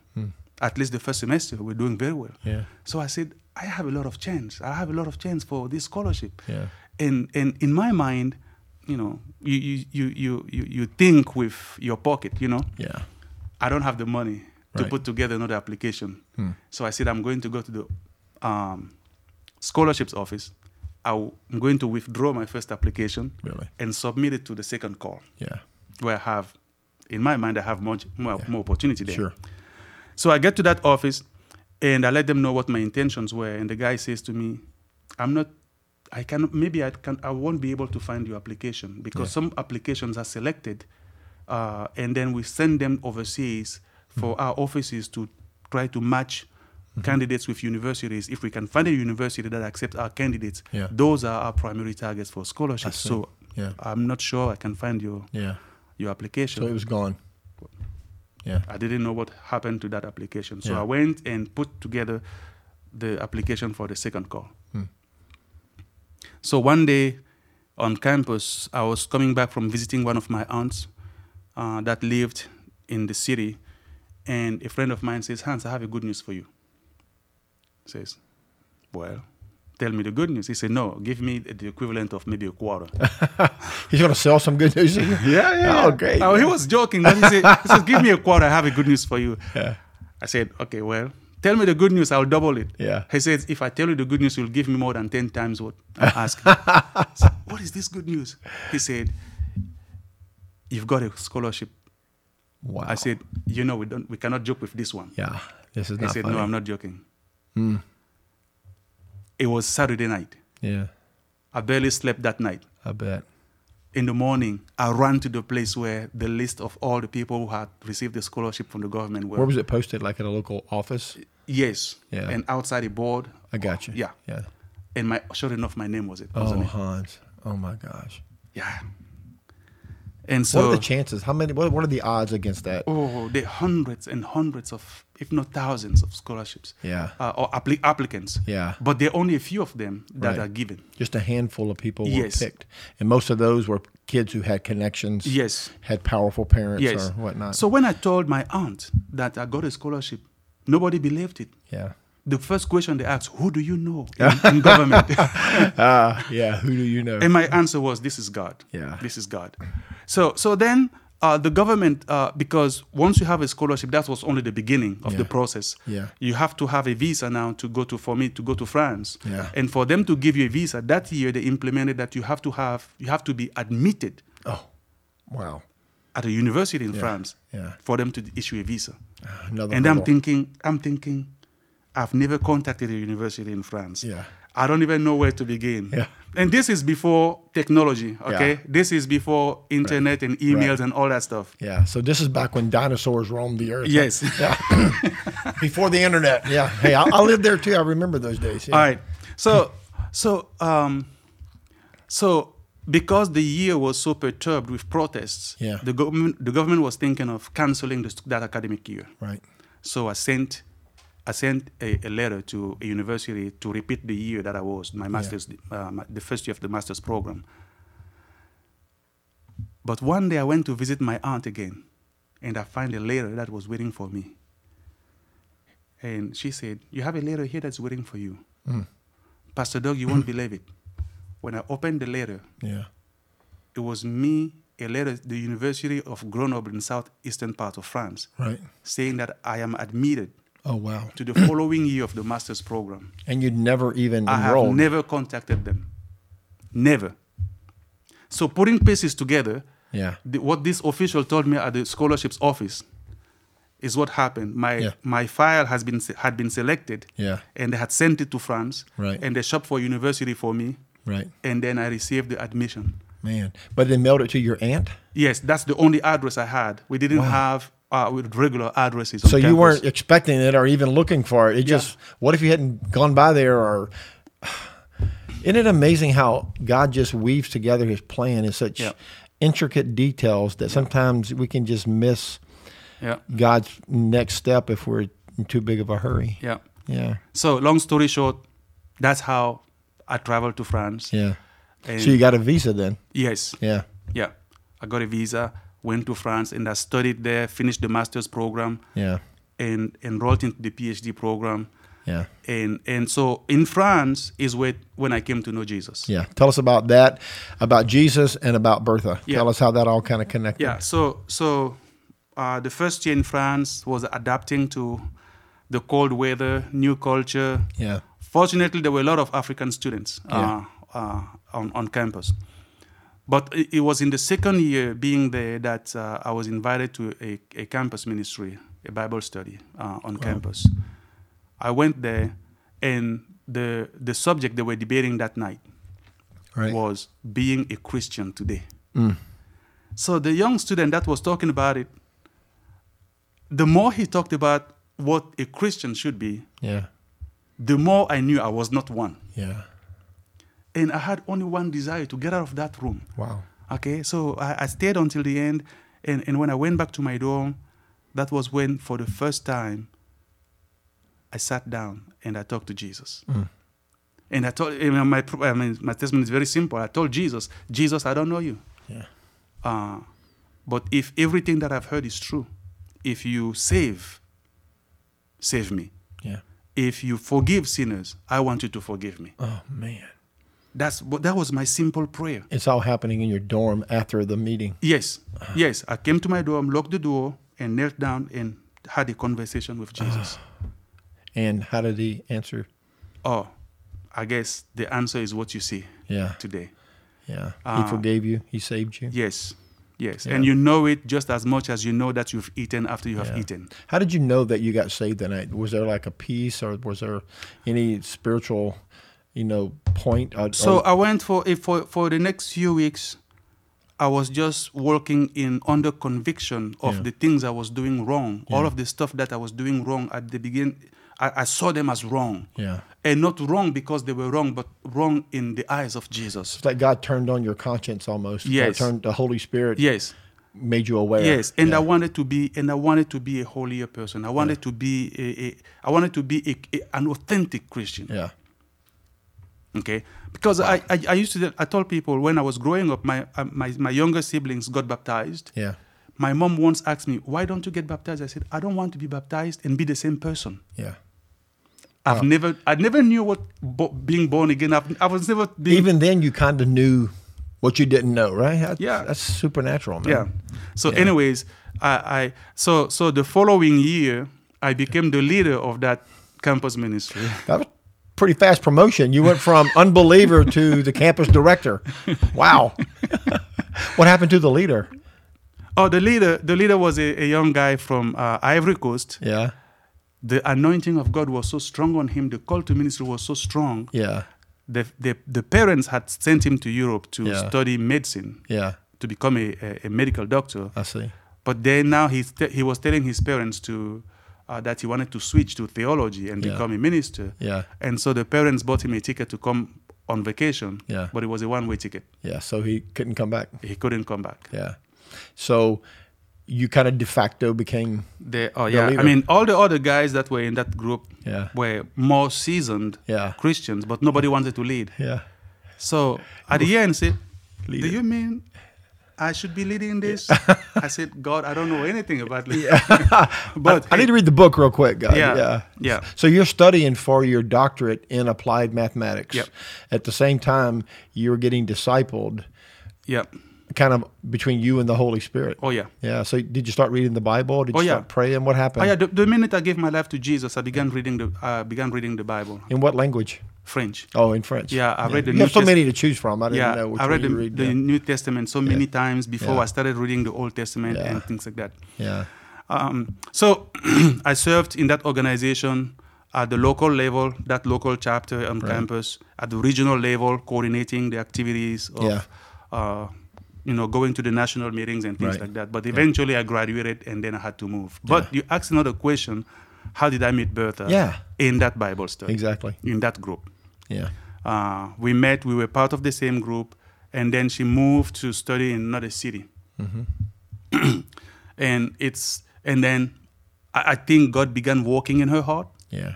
[SPEAKER 2] At least the first semester, we're doing very well.
[SPEAKER 1] Hmm. Yeah.
[SPEAKER 2] So I said, I have a lot of chance. I have a lot of chance for this scholarship.
[SPEAKER 1] Yeah.
[SPEAKER 2] And and in my mind, you know, you you you you you, you think with your pocket, you know.
[SPEAKER 1] Yeah.
[SPEAKER 2] I don't have the money
[SPEAKER 1] Right. Hmm.
[SPEAKER 2] to put together another application. So I said, I'm going to go to the um, scholarships office. i w- I'm going to withdraw my first application
[SPEAKER 1] Really?
[SPEAKER 2] and submit it to the second call,
[SPEAKER 1] Yeah.
[SPEAKER 2] where I have, in my mind, I have much more, more opportunity there.
[SPEAKER 1] Sure.
[SPEAKER 2] So I get to that office and I let them know what my intentions were. And the guy says to me, I'm not, I can, maybe I can, I won't be able to find your application because some applications are selected uh, and then we send them overseas for
[SPEAKER 1] Mm.
[SPEAKER 2] our offices to try to match
[SPEAKER 1] Mm-hmm.
[SPEAKER 2] candidates with universities. If we can find a university that accepts our candidates,
[SPEAKER 1] Yeah.
[SPEAKER 2] those are our primary targets for scholarships.
[SPEAKER 1] see.
[SPEAKER 2] So
[SPEAKER 1] Yeah.
[SPEAKER 2] I'm not sure I can find your,
[SPEAKER 1] Yeah.
[SPEAKER 2] your application.
[SPEAKER 1] So it was gone. Yeah.
[SPEAKER 2] I didn't know what happened to that application. So
[SPEAKER 1] Yeah.
[SPEAKER 2] I went and put together
[SPEAKER 1] Hmm.
[SPEAKER 2] the application for the second call. So one day, on campus, I was coming back from visiting one of my aunts uh, that lived in the city, and a friend of mine says, "Hans, I have a good news for you." He says, "Well." Tell me the good news. He said, "No, give me the equivalent of maybe a quarter."
[SPEAKER 1] He's going to sell some good news. to you?
[SPEAKER 2] (laughs) Yeah, yeah.
[SPEAKER 1] Oh, great.
[SPEAKER 2] Oh, he was joking. But he said, he said, give me a quarter. I have a good news for you. I said, okay, well, tell me the good news. I'll double it.
[SPEAKER 1] Yeah.
[SPEAKER 2] He says, if I tell you the good news, you'll give me more than 10 times what
[SPEAKER 1] (laughs)
[SPEAKER 2] I'm asking. I said, what is this good news? He said, you've got a scholarship.
[SPEAKER 1] Wow.
[SPEAKER 2] I said, you know, we don't, we cannot joke with this one.
[SPEAKER 1] yeah, this is
[SPEAKER 2] He
[SPEAKER 1] not
[SPEAKER 2] said,
[SPEAKER 1] funny. Hmm.
[SPEAKER 2] no, I'm not joking. It was Saturday night.
[SPEAKER 1] yeah,
[SPEAKER 2] I barely slept that night.
[SPEAKER 1] I bet.
[SPEAKER 2] in the morning, I ran to the place where the list of all the people who had received the scholarship from the government were.
[SPEAKER 1] Where was it posted? Like at a local office?
[SPEAKER 2] yes.
[SPEAKER 1] Yeah.
[SPEAKER 2] And outside the board.
[SPEAKER 1] I got you.
[SPEAKER 2] Yeah.
[SPEAKER 1] Yeah.
[SPEAKER 2] And my sure enough, my name was it.
[SPEAKER 1] Oh,
[SPEAKER 2] Wasn't it?
[SPEAKER 1] Hans. Oh, my gosh.
[SPEAKER 2] Yeah. And
[SPEAKER 1] What are
[SPEAKER 2] so
[SPEAKER 1] the chances? How many? What, what are the odds against that?
[SPEAKER 2] oh, there are hundreds and hundreds of, if not thousands, of scholarships.
[SPEAKER 1] Yeah.
[SPEAKER 2] Uh, or appli- applicants.
[SPEAKER 1] Yeah.
[SPEAKER 2] But there are only a few of them that
[SPEAKER 1] Right.
[SPEAKER 2] are given.
[SPEAKER 1] Just a handful of people
[SPEAKER 2] Yes.
[SPEAKER 1] were picked. And most of those were kids who had connections,
[SPEAKER 2] Yes.
[SPEAKER 1] had powerful parents
[SPEAKER 2] Yes.
[SPEAKER 1] or whatnot.
[SPEAKER 2] So when I told my aunt that I got a scholarship, nobody believed it. (laughs)
[SPEAKER 1] yeah.
[SPEAKER 2] The first question they asked, who do you know
[SPEAKER 1] (laughs)
[SPEAKER 2] in, in government?
[SPEAKER 1] Ah, yeah. Who do you know?
[SPEAKER 2] And my answer was, "This is God.
[SPEAKER 1] Yeah.
[SPEAKER 2] this is God." So, so then uh, the government, uh, because once you have a scholarship, that was only the beginning of the
[SPEAKER 1] Yeah.
[SPEAKER 2] process.
[SPEAKER 1] Yeah.
[SPEAKER 2] you have to have a visa now to go to for me to go to France.
[SPEAKER 1] Yeah.
[SPEAKER 2] and for them to give you a visa that year, they implemented that you have to have you have to be admitted
[SPEAKER 1] oh, wow.
[SPEAKER 2] at a university in France
[SPEAKER 1] Yeah. Ah.
[SPEAKER 2] for them to issue a visa.
[SPEAKER 1] Another
[SPEAKER 2] and I'm
[SPEAKER 1] hurdle.
[SPEAKER 2] thinking, I'm thinking, I've never contacted a university in France.
[SPEAKER 1] Yeah.
[SPEAKER 2] I don't even know where to begin.
[SPEAKER 1] Yeah.
[SPEAKER 2] And this is before technology, okay?
[SPEAKER 1] Yeah.
[SPEAKER 2] This is before internet and emails
[SPEAKER 1] Right.
[SPEAKER 2] and all that stuff.
[SPEAKER 1] Yeah. So this is back when dinosaurs roamed the earth.
[SPEAKER 2] Yes.
[SPEAKER 1] Yeah. Before the internet. Yeah. Hey, I, I lived there too. I remember those days. Yeah.
[SPEAKER 2] (laughs) All right. So, so, um, so because the year was so perturbed with protests,
[SPEAKER 1] Yeah.
[SPEAKER 2] the government the government was thinking of canceling the, st- that academic year.
[SPEAKER 1] Right.
[SPEAKER 2] So I sent, I sent a, a letter to a university to repeat the year that I was my master's, uh, my, the first year of the master's program. But one day I went to visit my aunt again, and I find a letter that was waiting for me. And she said, "You have a letter here that's waiting for you, Pastor Doug. You won't believe it. When I opened the letter,
[SPEAKER 1] Yeah.
[SPEAKER 2] it was me." A letter, the University of Grenoble in southeastern part of France,
[SPEAKER 1] Right.
[SPEAKER 2] saying that I am admitted
[SPEAKER 1] Oh, wow.
[SPEAKER 2] to the following year of the master's program.
[SPEAKER 1] And you'd never even
[SPEAKER 2] I have
[SPEAKER 1] enrolled.
[SPEAKER 2] never contacted them. Never. So putting pieces together,
[SPEAKER 1] yeah.
[SPEAKER 2] the, what this official told me at the scholarships office is what happened. My
[SPEAKER 1] Yeah.
[SPEAKER 2] my file has been se- had been selected,
[SPEAKER 1] Yeah.
[SPEAKER 2] and they had sent it to France,
[SPEAKER 1] Right.
[SPEAKER 2] and they shopped for university for me,
[SPEAKER 1] Right.
[SPEAKER 2] and then I received the admission.
[SPEAKER 1] Man. But they mailed it to your aunt?
[SPEAKER 2] Yes, that's the only address I had. We didn't have uh, with regular addresses. on
[SPEAKER 1] So you
[SPEAKER 2] campus.
[SPEAKER 1] weren't expecting it or even looking for it. It just what if you hadn't gone by there or isn't it amazing how God just weaves together his plan in such
[SPEAKER 2] Yeah.
[SPEAKER 1] intricate details that sometimes we can just miss
[SPEAKER 2] Yeah,
[SPEAKER 1] God's next step if we're in too big of a hurry.
[SPEAKER 2] yeah.
[SPEAKER 1] Yeah.
[SPEAKER 2] So long story short, that's how I traveled to France.
[SPEAKER 1] Yeah.
[SPEAKER 2] And
[SPEAKER 1] So you got a visa then.
[SPEAKER 2] yes,
[SPEAKER 1] Yeah.
[SPEAKER 2] yeah, I got a visa, went to France, and I studied there, finished the master's program,
[SPEAKER 1] Yeah.
[SPEAKER 2] and enrolled into the PhD program.
[SPEAKER 1] Yeah.
[SPEAKER 2] And and so in France is where when I came to know Jesus.
[SPEAKER 1] Yeah. Tell us about that, about Jesus and about Bertha.
[SPEAKER 2] Yeah.
[SPEAKER 1] Tell us how that all kind of connected.
[SPEAKER 2] Yeah. So so uh, the first year in France was adapting to the cold weather, new culture.
[SPEAKER 1] Yeah.
[SPEAKER 2] Fortunately, there were a lot of African students uh, uh, on, on campus. But it, it was in the second year being there that uh, I was invited to a, a campus ministry, a Bible study uh, on campus. I went there, and the, the subject they were debating that night
[SPEAKER 1] Right.
[SPEAKER 2] was being a Christian today. So the young student that was talking about it, the more he talked about what a Christian should be,
[SPEAKER 1] yeah.
[SPEAKER 2] the more I knew I was not one.
[SPEAKER 1] Yeah.
[SPEAKER 2] And I had only one desire to get out of that room.
[SPEAKER 1] Wow.
[SPEAKER 2] Okay, so I, I stayed until the end. And, and when I went back to my dorm, that was when, for the first time, I sat down and I talked to Jesus. And I told, I mean, my, pro- I mean, my testimony is very simple. I told Jesus, Jesus, I don't know you.
[SPEAKER 1] Yeah.
[SPEAKER 2] Uh, but if everything that I've heard is true, if you save, save me.
[SPEAKER 1] Yeah.
[SPEAKER 2] If you forgive sinners, I want you to forgive me.
[SPEAKER 1] Oh man.
[SPEAKER 2] That's what that was my simple prayer.
[SPEAKER 1] It's all happening in your dorm after the meeting.
[SPEAKER 2] Yes, yes. I came to my dorm, locked the door, and knelt down and had a conversation with Jesus.
[SPEAKER 1] And how did he answer?
[SPEAKER 2] oh, I guess the answer is what you see
[SPEAKER 1] Yeah.
[SPEAKER 2] today.
[SPEAKER 1] Yeah.
[SPEAKER 2] Ah.
[SPEAKER 1] he forgave you. He saved you.
[SPEAKER 2] Yes, yes.
[SPEAKER 1] Yeah.
[SPEAKER 2] And you know it just as much as you know that you've eaten after you have
[SPEAKER 1] Yeah.
[SPEAKER 2] eaten.
[SPEAKER 1] How did you know that you got saved that night? Was there like a piece or was there any spiritual, you know, point? Or,
[SPEAKER 2] So
[SPEAKER 1] or-
[SPEAKER 2] I went for eh, for for the next few weeks. I was just working in under conviction of
[SPEAKER 1] Yeah.
[SPEAKER 2] the things I was doing wrong. All
[SPEAKER 1] Yeah.
[SPEAKER 2] of the stuff that I was doing wrong at the beginning, I, I saw them as wrong,
[SPEAKER 1] yeah.
[SPEAKER 2] and not wrong because they were wrong, but wrong in the eyes of Jesus.
[SPEAKER 1] It's like God turned on your conscience almost. Like
[SPEAKER 2] Yes.
[SPEAKER 1] turned the Holy Spirit
[SPEAKER 2] Yes,
[SPEAKER 1] made you aware.
[SPEAKER 2] yes, and
[SPEAKER 1] yeah.
[SPEAKER 2] I wanted to be, and I wanted to be a holier person. I wanted to be, a, a, I wanted to be a, a- an authentic Christian.
[SPEAKER 1] yeah.
[SPEAKER 2] okay because I, I i used to tell- i told people when i was growing up my uh, my, my younger siblings got baptized
[SPEAKER 1] Yeah.
[SPEAKER 2] my mom once asked me why don't you get baptized i said i don't want to be baptized and be the same person
[SPEAKER 1] Yeah.
[SPEAKER 2] i've never i never knew what bo- being born again I've, i was never being,
[SPEAKER 1] Even then, you kind of knew what you didn't know, right? That's,
[SPEAKER 2] Yeah.
[SPEAKER 1] That's supernatural, man.
[SPEAKER 2] yeah so
[SPEAKER 1] Yeah.
[SPEAKER 2] anyways I, I so so the following year i became the leader of that campus ministry
[SPEAKER 1] That was pretty fast promotion. You went
[SPEAKER 2] (laughs)
[SPEAKER 1] from unbeliever to the campus director. Wow. (laughs) what happened to the leader?
[SPEAKER 2] oh the leader the leader was a, a young guy from uh, ivory coast
[SPEAKER 1] Yeah.
[SPEAKER 2] the anointing of god was so strong on him the call to ministry was so strong
[SPEAKER 1] Yeah.
[SPEAKER 2] the, the, the parents had sent him to Europe to
[SPEAKER 1] Yeah.
[SPEAKER 2] study medicine
[SPEAKER 1] Yeah.
[SPEAKER 2] to become a, a, a medical doctor.
[SPEAKER 1] I see.
[SPEAKER 2] But then now he's te- he was telling his parents to uh, that he wanted to switch to theology and
[SPEAKER 1] Yeah.
[SPEAKER 2] become a minister.
[SPEAKER 1] Yeah.
[SPEAKER 2] And so the parents bought him a ticket to come on vacation.
[SPEAKER 1] Yeah.
[SPEAKER 2] But it was a one way ticket.
[SPEAKER 1] Yeah. So he couldn't come back.
[SPEAKER 2] He couldn't come back.
[SPEAKER 1] Yeah. So you kind of de facto became,
[SPEAKER 2] They, oh
[SPEAKER 1] The
[SPEAKER 2] yeah.
[SPEAKER 1] leader.
[SPEAKER 2] I mean, all the other guys that were in that group
[SPEAKER 1] Yeah.
[SPEAKER 2] were more seasoned
[SPEAKER 1] yeah.
[SPEAKER 2] Christians, but nobody wanted to lead.
[SPEAKER 1] Yeah.
[SPEAKER 2] So at the end, said,
[SPEAKER 1] Lead
[SPEAKER 2] "Do
[SPEAKER 1] it.
[SPEAKER 2] you mean I should be leading
[SPEAKER 1] (laughs)
[SPEAKER 2] this?" I said, "God, I don't know anything about leading." (laughs) but
[SPEAKER 1] I need to read the book real quick, guys.
[SPEAKER 2] Yeah,
[SPEAKER 1] yeah.
[SPEAKER 2] yeah.
[SPEAKER 1] So you're studying for your doctorate in applied mathematics.
[SPEAKER 2] Yep.
[SPEAKER 1] At the same time, you're getting discipled
[SPEAKER 2] (laughs) yeah,
[SPEAKER 1] kind of between you and the Holy Spirit.
[SPEAKER 2] oh yeah,
[SPEAKER 1] Yeah. So did you start reading the Bible? Did you
[SPEAKER 2] Oh, yeah.
[SPEAKER 1] start praying? What happened?
[SPEAKER 2] oh yeah. The, the minute I gave my life to Jesus, I began reading the uh, began reading the Bible,
[SPEAKER 1] In what language?
[SPEAKER 2] French.
[SPEAKER 1] Oh, in French.
[SPEAKER 2] Yeah, I read the
[SPEAKER 1] You
[SPEAKER 2] New
[SPEAKER 1] have so
[SPEAKER 2] Test-
[SPEAKER 1] many to choose from. I didn't
[SPEAKER 2] yeah,
[SPEAKER 1] know which
[SPEAKER 2] I read the,
[SPEAKER 1] one you read.
[SPEAKER 2] the
[SPEAKER 1] yeah.
[SPEAKER 2] New Testament so many times before
[SPEAKER 1] Yeah.
[SPEAKER 2] I started reading the Old Testament
[SPEAKER 1] Yeah.
[SPEAKER 2] and things like that.
[SPEAKER 1] yeah.
[SPEAKER 2] Um, so (clears throat) I served in that organization at the local level, that local chapter on
[SPEAKER 1] Right.
[SPEAKER 2] campus, at the regional level, coordinating the activities of,
[SPEAKER 1] Yeah.
[SPEAKER 2] uh, you know, going to the national meetings and things
[SPEAKER 1] Right.
[SPEAKER 2] like that. But eventually I graduated and then I had to move. But you asked another question how did I meet Bertha
[SPEAKER 1] Yeah.
[SPEAKER 2] in that Bible study,
[SPEAKER 1] Exactly.
[SPEAKER 2] in that group?
[SPEAKER 1] Yeah.
[SPEAKER 2] Uh, we met, we were part of the same group, and then she moved to study in another city. (clears throat) and it's and then I, I think God began working in her heart.
[SPEAKER 1] Yeah.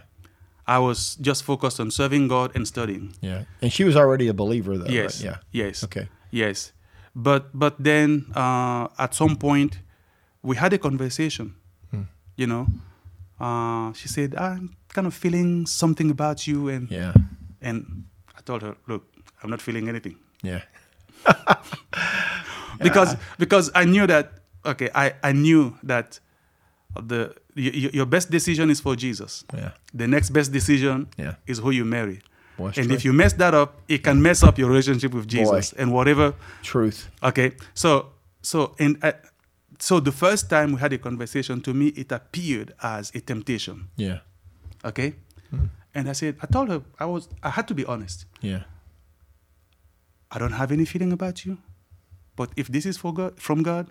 [SPEAKER 2] I was just focused on serving God and studying.
[SPEAKER 1] Yeah. And she was already a believer though. right?
[SPEAKER 2] Yes.
[SPEAKER 1] Yeah.
[SPEAKER 2] Yes.
[SPEAKER 1] Okay.
[SPEAKER 2] Yes. But but then uh, at some point we had a conversation. You know, uh, she said, "I'm kind of feeling something about you," and
[SPEAKER 1] Yeah.
[SPEAKER 2] and I told her, "Look, I'm not feeling anything."
[SPEAKER 1] Yeah.
[SPEAKER 2] because because I knew that okay I, I knew that the y- y- your best decision is for Jesus.
[SPEAKER 1] Yeah.
[SPEAKER 2] The next best decision
[SPEAKER 1] Yeah.
[SPEAKER 2] is who you marry.
[SPEAKER 1] Boy, that's
[SPEAKER 2] and
[SPEAKER 1] true.
[SPEAKER 2] if you mess that up, it can mess up your relationship with Jesus and whatever.
[SPEAKER 1] Truth.
[SPEAKER 2] Okay, so so and I, so the first time we had a conversation, to me it appeared as a temptation.
[SPEAKER 1] Yeah.
[SPEAKER 2] Okay, and I said I told her I was I had to be honest.
[SPEAKER 1] Yeah.
[SPEAKER 2] I don't have any feeling about you, but if this is for God from God,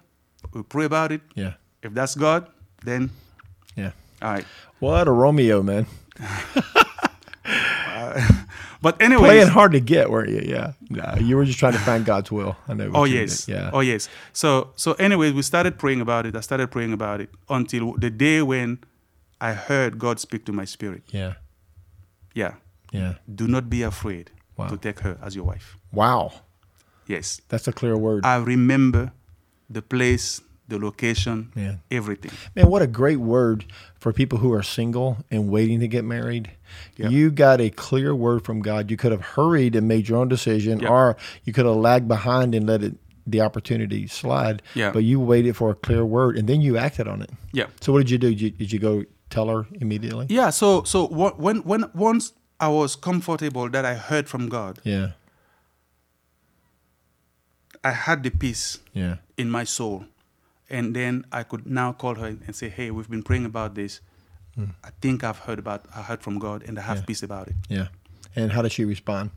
[SPEAKER 2] we pray about it.
[SPEAKER 1] Yeah.
[SPEAKER 2] If that's God, then
[SPEAKER 1] Yeah.
[SPEAKER 2] all right.
[SPEAKER 1] What a Romeo, man.
[SPEAKER 2] But
[SPEAKER 1] Playing
[SPEAKER 2] anyway,
[SPEAKER 1] hard to get, weren't you? Yeah. No, you were just trying to find God's will. I know. what
[SPEAKER 2] oh
[SPEAKER 1] you did.
[SPEAKER 2] yes,
[SPEAKER 1] Yeah.
[SPEAKER 2] oh yes. So so anyway, we started praying about it. I started praying about it until the day when I heard God speak to my spirit.
[SPEAKER 1] yeah.
[SPEAKER 2] Yeah,
[SPEAKER 1] Yeah.
[SPEAKER 2] Do not be afraid
[SPEAKER 1] Wow.
[SPEAKER 2] to take her as your wife.
[SPEAKER 1] Wow.
[SPEAKER 2] Yes.
[SPEAKER 1] That's a clear word.
[SPEAKER 2] I remember the place, the location,
[SPEAKER 1] Yeah.
[SPEAKER 2] everything.
[SPEAKER 1] Man, what a great word for people who are single and waiting to get married. You got a clear word from God. You could have hurried and made your own decision,
[SPEAKER 2] Yeah.
[SPEAKER 1] or you could have lagged behind and let it the opportunity slide.
[SPEAKER 2] Yeah.
[SPEAKER 1] But you waited for a clear word and then you acted on it.
[SPEAKER 2] Yeah.
[SPEAKER 1] So what did you do? Did you, did you go tell her immediately?
[SPEAKER 2] Yeah. So so wha- when when once I was comfortable that I heard from God,
[SPEAKER 1] Yeah.
[SPEAKER 2] I had the peace
[SPEAKER 1] Yeah.
[SPEAKER 2] in my soul, and then I could now call her and say, "Hey, we've been praying about this. I think I've heard about I heard from God, and I have
[SPEAKER 1] Hmm. Yeah.
[SPEAKER 2] peace about it."
[SPEAKER 1] Yeah. And how did she respond?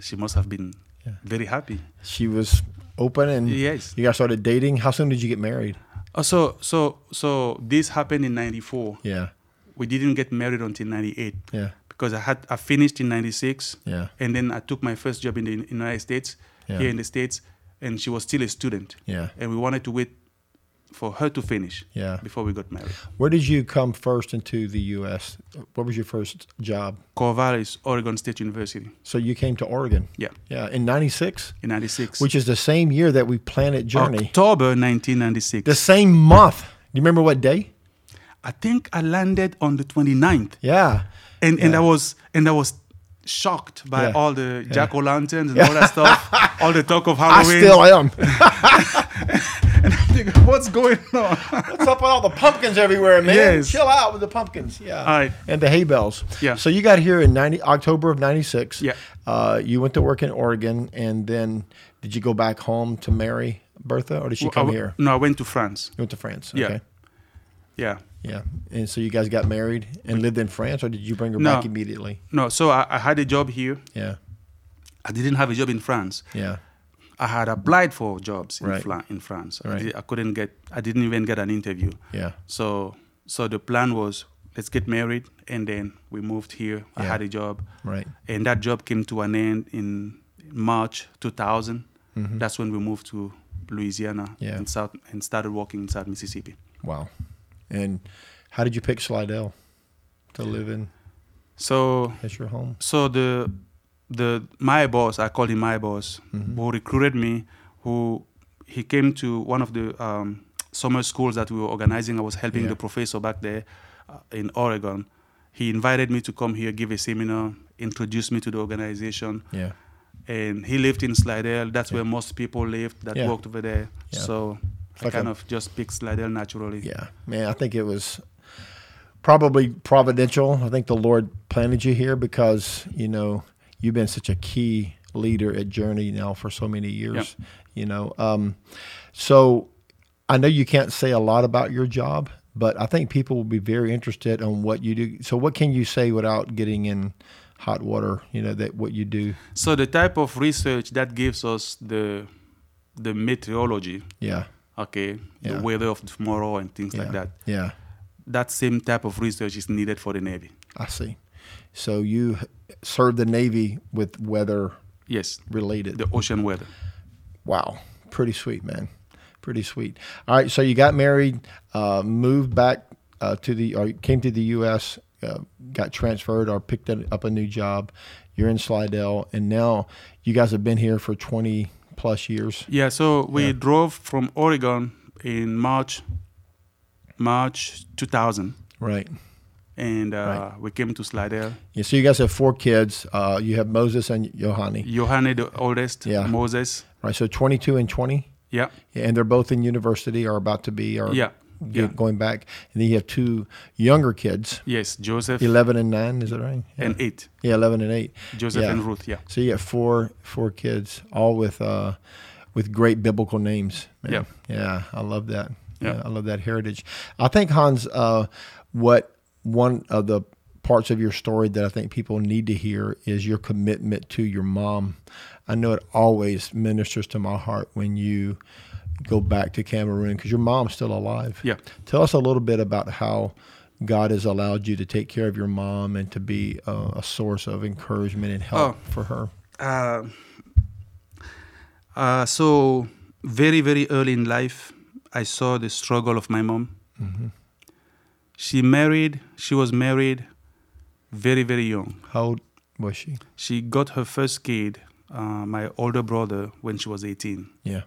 [SPEAKER 2] She must have been
[SPEAKER 1] Yeah.
[SPEAKER 2] very happy.
[SPEAKER 1] She was open and
[SPEAKER 2] Yes.
[SPEAKER 1] you guys started dating. How soon did you get married?
[SPEAKER 2] Uh, So so so this happened in '94.
[SPEAKER 1] Yeah.
[SPEAKER 2] We didn't get married until '98
[SPEAKER 1] Yeah.
[SPEAKER 2] because I had I finished in '96.
[SPEAKER 1] Yeah.
[SPEAKER 2] and then I took my first job in the United States,
[SPEAKER 1] Yeah.
[SPEAKER 2] here in the States, and she was still a student.
[SPEAKER 1] Yeah.
[SPEAKER 2] And we wanted to wait for her to finish
[SPEAKER 1] Yeah.
[SPEAKER 2] before we got married.
[SPEAKER 1] Where did you come first into the U.S.? What was your first job?
[SPEAKER 2] Corvallis, Oregon State University.
[SPEAKER 1] So you came to Oregon.
[SPEAKER 2] Yeah,
[SPEAKER 1] Yeah, in 96,
[SPEAKER 2] in 96.
[SPEAKER 1] which is the same year that we planted Journey.
[SPEAKER 2] October 1996.
[SPEAKER 1] The same month. Do you remember what day?
[SPEAKER 2] I think I landed on the 29th.
[SPEAKER 1] Yeah.
[SPEAKER 2] And, and I was and I was shocked by
[SPEAKER 1] Yeah.
[SPEAKER 2] all the jack-o'-lanterns and all that
[SPEAKER 1] (laughs)
[SPEAKER 2] stuff, all the talk of
[SPEAKER 1] I
[SPEAKER 2] Halloween. (laughs)
[SPEAKER 1] still am.
[SPEAKER 2] and I think, what's going on?
[SPEAKER 1] What's up with all the pumpkins everywhere, man?
[SPEAKER 2] Yes.
[SPEAKER 1] Chill out with the pumpkins. Yeah.
[SPEAKER 2] All right.
[SPEAKER 1] And the hay bells.
[SPEAKER 2] Yeah.
[SPEAKER 1] So you got here in 90, October of 96.
[SPEAKER 2] Yeah.
[SPEAKER 1] Uh, you went to work in Oregon, and then did you go back home to marry Bertha, or did she
[SPEAKER 2] Well, I
[SPEAKER 1] come
[SPEAKER 2] w-
[SPEAKER 1] here?
[SPEAKER 2] No, I went to France.
[SPEAKER 1] You went to France.
[SPEAKER 2] Yeah.
[SPEAKER 1] Okay.
[SPEAKER 2] Yeah.
[SPEAKER 1] Yeah. And so you guys got married and lived in France, or did you bring her
[SPEAKER 2] No.
[SPEAKER 1] back immediately?
[SPEAKER 2] No, so I, I had a job here.
[SPEAKER 1] Yeah.
[SPEAKER 2] I didn't have a job in France.
[SPEAKER 1] Yeah.
[SPEAKER 2] I had applied for jobs in,
[SPEAKER 1] Right.
[SPEAKER 2] Fla- in France. I
[SPEAKER 1] Right.
[SPEAKER 2] di- I, couldn't get. I didn't even get an interview.
[SPEAKER 1] Yeah.
[SPEAKER 2] So, so the plan was let's get married, and then we moved here. I
[SPEAKER 1] Yeah.
[SPEAKER 2] had a job,
[SPEAKER 1] Right.
[SPEAKER 2] and that job came to an end in March 2000. That's when we moved to Louisiana
[SPEAKER 1] Mm-hmm. Yeah.
[SPEAKER 2] and South and started working in South Mississippi.
[SPEAKER 1] Wow. And how did you pick Slidell to live in
[SPEAKER 2] So,
[SPEAKER 1] as your home?
[SPEAKER 2] so the the my boss, I call him my boss,
[SPEAKER 1] Mm-hmm.
[SPEAKER 2] who recruited me, who he came to one of the um, summer schools that we were organizing. I was helping
[SPEAKER 1] Yeah.
[SPEAKER 2] the professor back there uh, in Oregon. He invited me to come here, give a seminar, introduce me to the organization,
[SPEAKER 1] Yeah.
[SPEAKER 2] and he lived in Slidell. That's where most people lived that
[SPEAKER 1] Yeah.
[SPEAKER 2] worked over there.
[SPEAKER 1] Yeah.
[SPEAKER 2] So I
[SPEAKER 1] like
[SPEAKER 2] kind
[SPEAKER 1] a-
[SPEAKER 2] of just picked Slidell naturally.
[SPEAKER 1] Yeah. Man, I think it was probably providential. I think the Lord planted you here because, you know, you've been such a key leader at Journey now for so many years, you know. Um, so I know you can't say a lot about your job, but I think people will be very interested on what you do. So what can you say without getting in hot water, you know, that what you do?
[SPEAKER 2] So the type of research that gives us the the meteorology
[SPEAKER 1] Yeah.
[SPEAKER 2] okay,
[SPEAKER 1] Yeah.
[SPEAKER 2] the weather of tomorrow and things
[SPEAKER 1] yeah,
[SPEAKER 2] like that.
[SPEAKER 1] Yeah.
[SPEAKER 2] That same type of research is needed for the Navy.
[SPEAKER 1] I see. So you h- served the Navy with weather
[SPEAKER 2] Yes,
[SPEAKER 1] related.
[SPEAKER 2] the ocean weather.
[SPEAKER 1] Wow, pretty sweet, man. Pretty sweet. All right, so you got married, uh, moved back uh, to the, or came to the U.S., uh, got transferred or picked an- up a new job. You're in Slidell, and now you guys have been here for 20 plus years.
[SPEAKER 2] Yeah, so we drove from Oregon in March, March 2000,
[SPEAKER 1] Right.
[SPEAKER 2] and uh, we came to Slidell.
[SPEAKER 1] Yeah, so you guys have four kids. Uh, you have Moses and Johanny,
[SPEAKER 2] Johanne, the oldest,
[SPEAKER 1] Yeah.
[SPEAKER 2] Moses.
[SPEAKER 1] right? So 22 and 20,
[SPEAKER 2] Yeah,
[SPEAKER 1] Yeah, and they're both in university or about to be, or
[SPEAKER 2] yeah,
[SPEAKER 1] get-
[SPEAKER 2] yeah.
[SPEAKER 1] going back. And then you have two younger kids,
[SPEAKER 2] Yes, Joseph
[SPEAKER 1] 11 and 9, is that right? Yeah.
[SPEAKER 2] and eight.
[SPEAKER 1] Yeah, eleven and eight.
[SPEAKER 2] Joseph
[SPEAKER 1] Yeah.
[SPEAKER 2] and Ruth. Yeah,
[SPEAKER 1] So you got four four kids, all with uh, with great biblical names. man. yeah, I love that.
[SPEAKER 2] Yeah.
[SPEAKER 1] Yeah, I love that heritage. I think Hans, uh, what one of the parts of your story that I think people need to hear is your commitment to your mom. I know it always ministers to my heart when you go back to Cameroon because your mom's still alive.
[SPEAKER 2] Yeah.
[SPEAKER 1] Tell us a little bit about how God has allowed you to take care of your mom and to be uh, a source of encouragement and help for her.
[SPEAKER 2] uh, uh, so very very early in life i saw the struggle of my mom
[SPEAKER 1] Mm-hmm.
[SPEAKER 2] she married she was married very very young
[SPEAKER 1] How old? was she?
[SPEAKER 2] She got her first kid, uh, my older brother, when she was 18.
[SPEAKER 1] Yeah.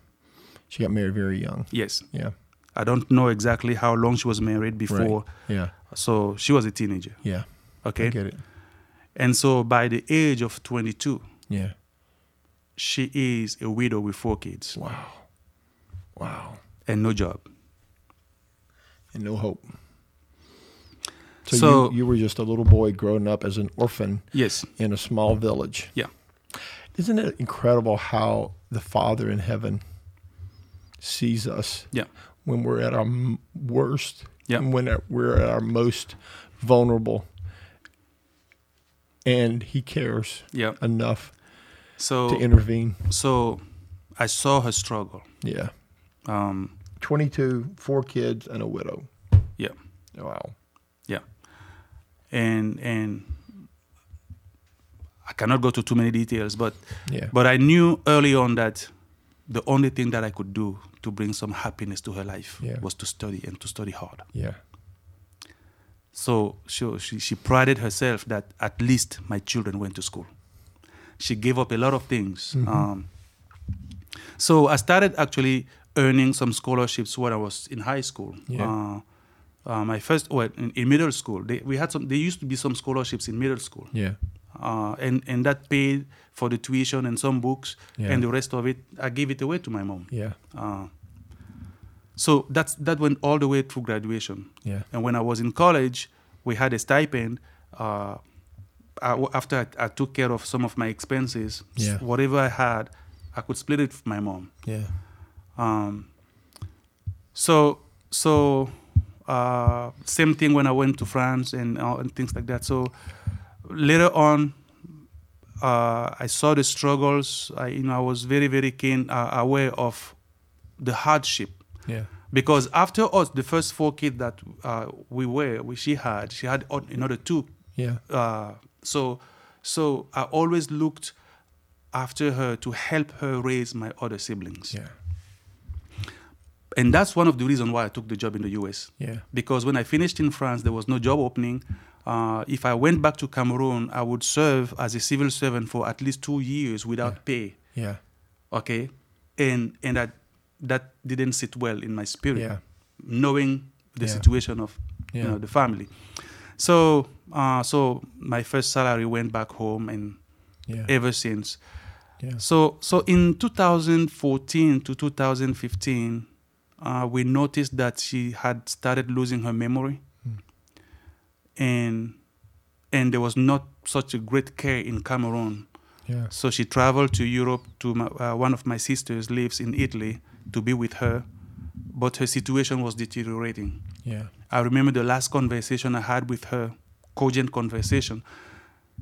[SPEAKER 1] She got married very young.
[SPEAKER 2] Yes.
[SPEAKER 1] Yeah.
[SPEAKER 2] I don't know exactly how long she was married before.
[SPEAKER 1] Yeah.
[SPEAKER 2] So she was a teenager.
[SPEAKER 1] Yeah. I
[SPEAKER 2] Okay.
[SPEAKER 1] get it.
[SPEAKER 2] And so by the age of 22,
[SPEAKER 1] Yeah.
[SPEAKER 2] she is a widow with four kids
[SPEAKER 1] Wow. Wow.
[SPEAKER 2] and no job.
[SPEAKER 1] And no hope. So,
[SPEAKER 2] So-
[SPEAKER 1] you, you were just a little boy growing up as an orphan
[SPEAKER 2] Yes.
[SPEAKER 1] in a small village.
[SPEAKER 2] Yeah.
[SPEAKER 1] Isn't it incredible how the Father in heaven sees us
[SPEAKER 2] Yeah.
[SPEAKER 1] when we're at our m- worst
[SPEAKER 2] Yeah.
[SPEAKER 1] and when at- we're at our most vulnerable? And He cares
[SPEAKER 2] Yeah.
[SPEAKER 1] enough
[SPEAKER 2] So
[SPEAKER 1] to intervene.
[SPEAKER 2] so I saw her struggle.
[SPEAKER 1] Yeah.
[SPEAKER 2] Um,
[SPEAKER 1] 22, four kids, and a widow.
[SPEAKER 2] yeah.
[SPEAKER 1] Wow.
[SPEAKER 2] Yeah. And and I cannot go to too many details, but
[SPEAKER 1] Yeah.
[SPEAKER 2] but I knew early on that the only thing that I could do to bring some happiness to her life
[SPEAKER 1] Yeah.
[SPEAKER 2] was to study and to study hard.
[SPEAKER 1] yeah.
[SPEAKER 2] So she, she, she prided herself that at least my children went to school. She gave up a lot of things.
[SPEAKER 1] Mm-hmm.
[SPEAKER 2] Um, so I started actually earning some scholarships when I was in high school.
[SPEAKER 1] Yeah.
[SPEAKER 2] Uh, uh, my first, well, in, in middle school, they, we had some. There used to be some scholarships in middle school,
[SPEAKER 1] Yeah.
[SPEAKER 2] uh, and and that paid for the tuition and some books,
[SPEAKER 1] Yeah.
[SPEAKER 2] and the rest of it I gave it away to my mom.
[SPEAKER 1] Yeah.
[SPEAKER 2] Uh, so that's that went all the way through graduation.
[SPEAKER 1] Yeah.
[SPEAKER 2] And when I was in college, we had a stipend. Uh, I, w- after I, I took care of some of my expenses, s-
[SPEAKER 1] Yeah.
[SPEAKER 2] whatever I had, I could split it with my mom.
[SPEAKER 1] Yeah.
[SPEAKER 2] Um, so, so uh, same thing when I went to France and uh, and things like that. So later on, uh, I saw the struggles. I, you know, I was very, very keen, uh, aware of the hardship
[SPEAKER 1] Yeah.
[SPEAKER 2] because after us, the first four kids that uh, we were, we, she had, she had o- another two.
[SPEAKER 1] Yeah.
[SPEAKER 2] Uh, so, so I always looked after her to help her raise my other siblings,
[SPEAKER 1] Yeah.
[SPEAKER 2] and that's one of the reasons why I took the job in the U.S.
[SPEAKER 1] Yeah.
[SPEAKER 2] Because when I finished in France, there was no job opening. Uh, if I went back to Cameroon, I would serve as a civil servant for at least two years without pay.
[SPEAKER 1] Yeah.
[SPEAKER 2] Okay, and and that that didn't sit well in my spirit.
[SPEAKER 1] Yeah.
[SPEAKER 2] knowing the
[SPEAKER 1] Yeah.
[SPEAKER 2] situation of
[SPEAKER 1] Yeah.
[SPEAKER 2] you know the family. So uh, so my first salary went back home, and
[SPEAKER 1] Yeah.
[SPEAKER 2] ever since.
[SPEAKER 1] Yeah.
[SPEAKER 2] So so in 2014 to 2015, uh, we noticed that she had started losing her memory,
[SPEAKER 1] Mm.
[SPEAKER 2] and and there was not such a great care in Cameroon.
[SPEAKER 1] Yeah.
[SPEAKER 2] So she traveled to Europe to my, uh, one of my sisters lives in Italy to be with her, but her situation was deteriorating.
[SPEAKER 1] Yeah.
[SPEAKER 2] I remember the last conversation I had with her, cogent conversation.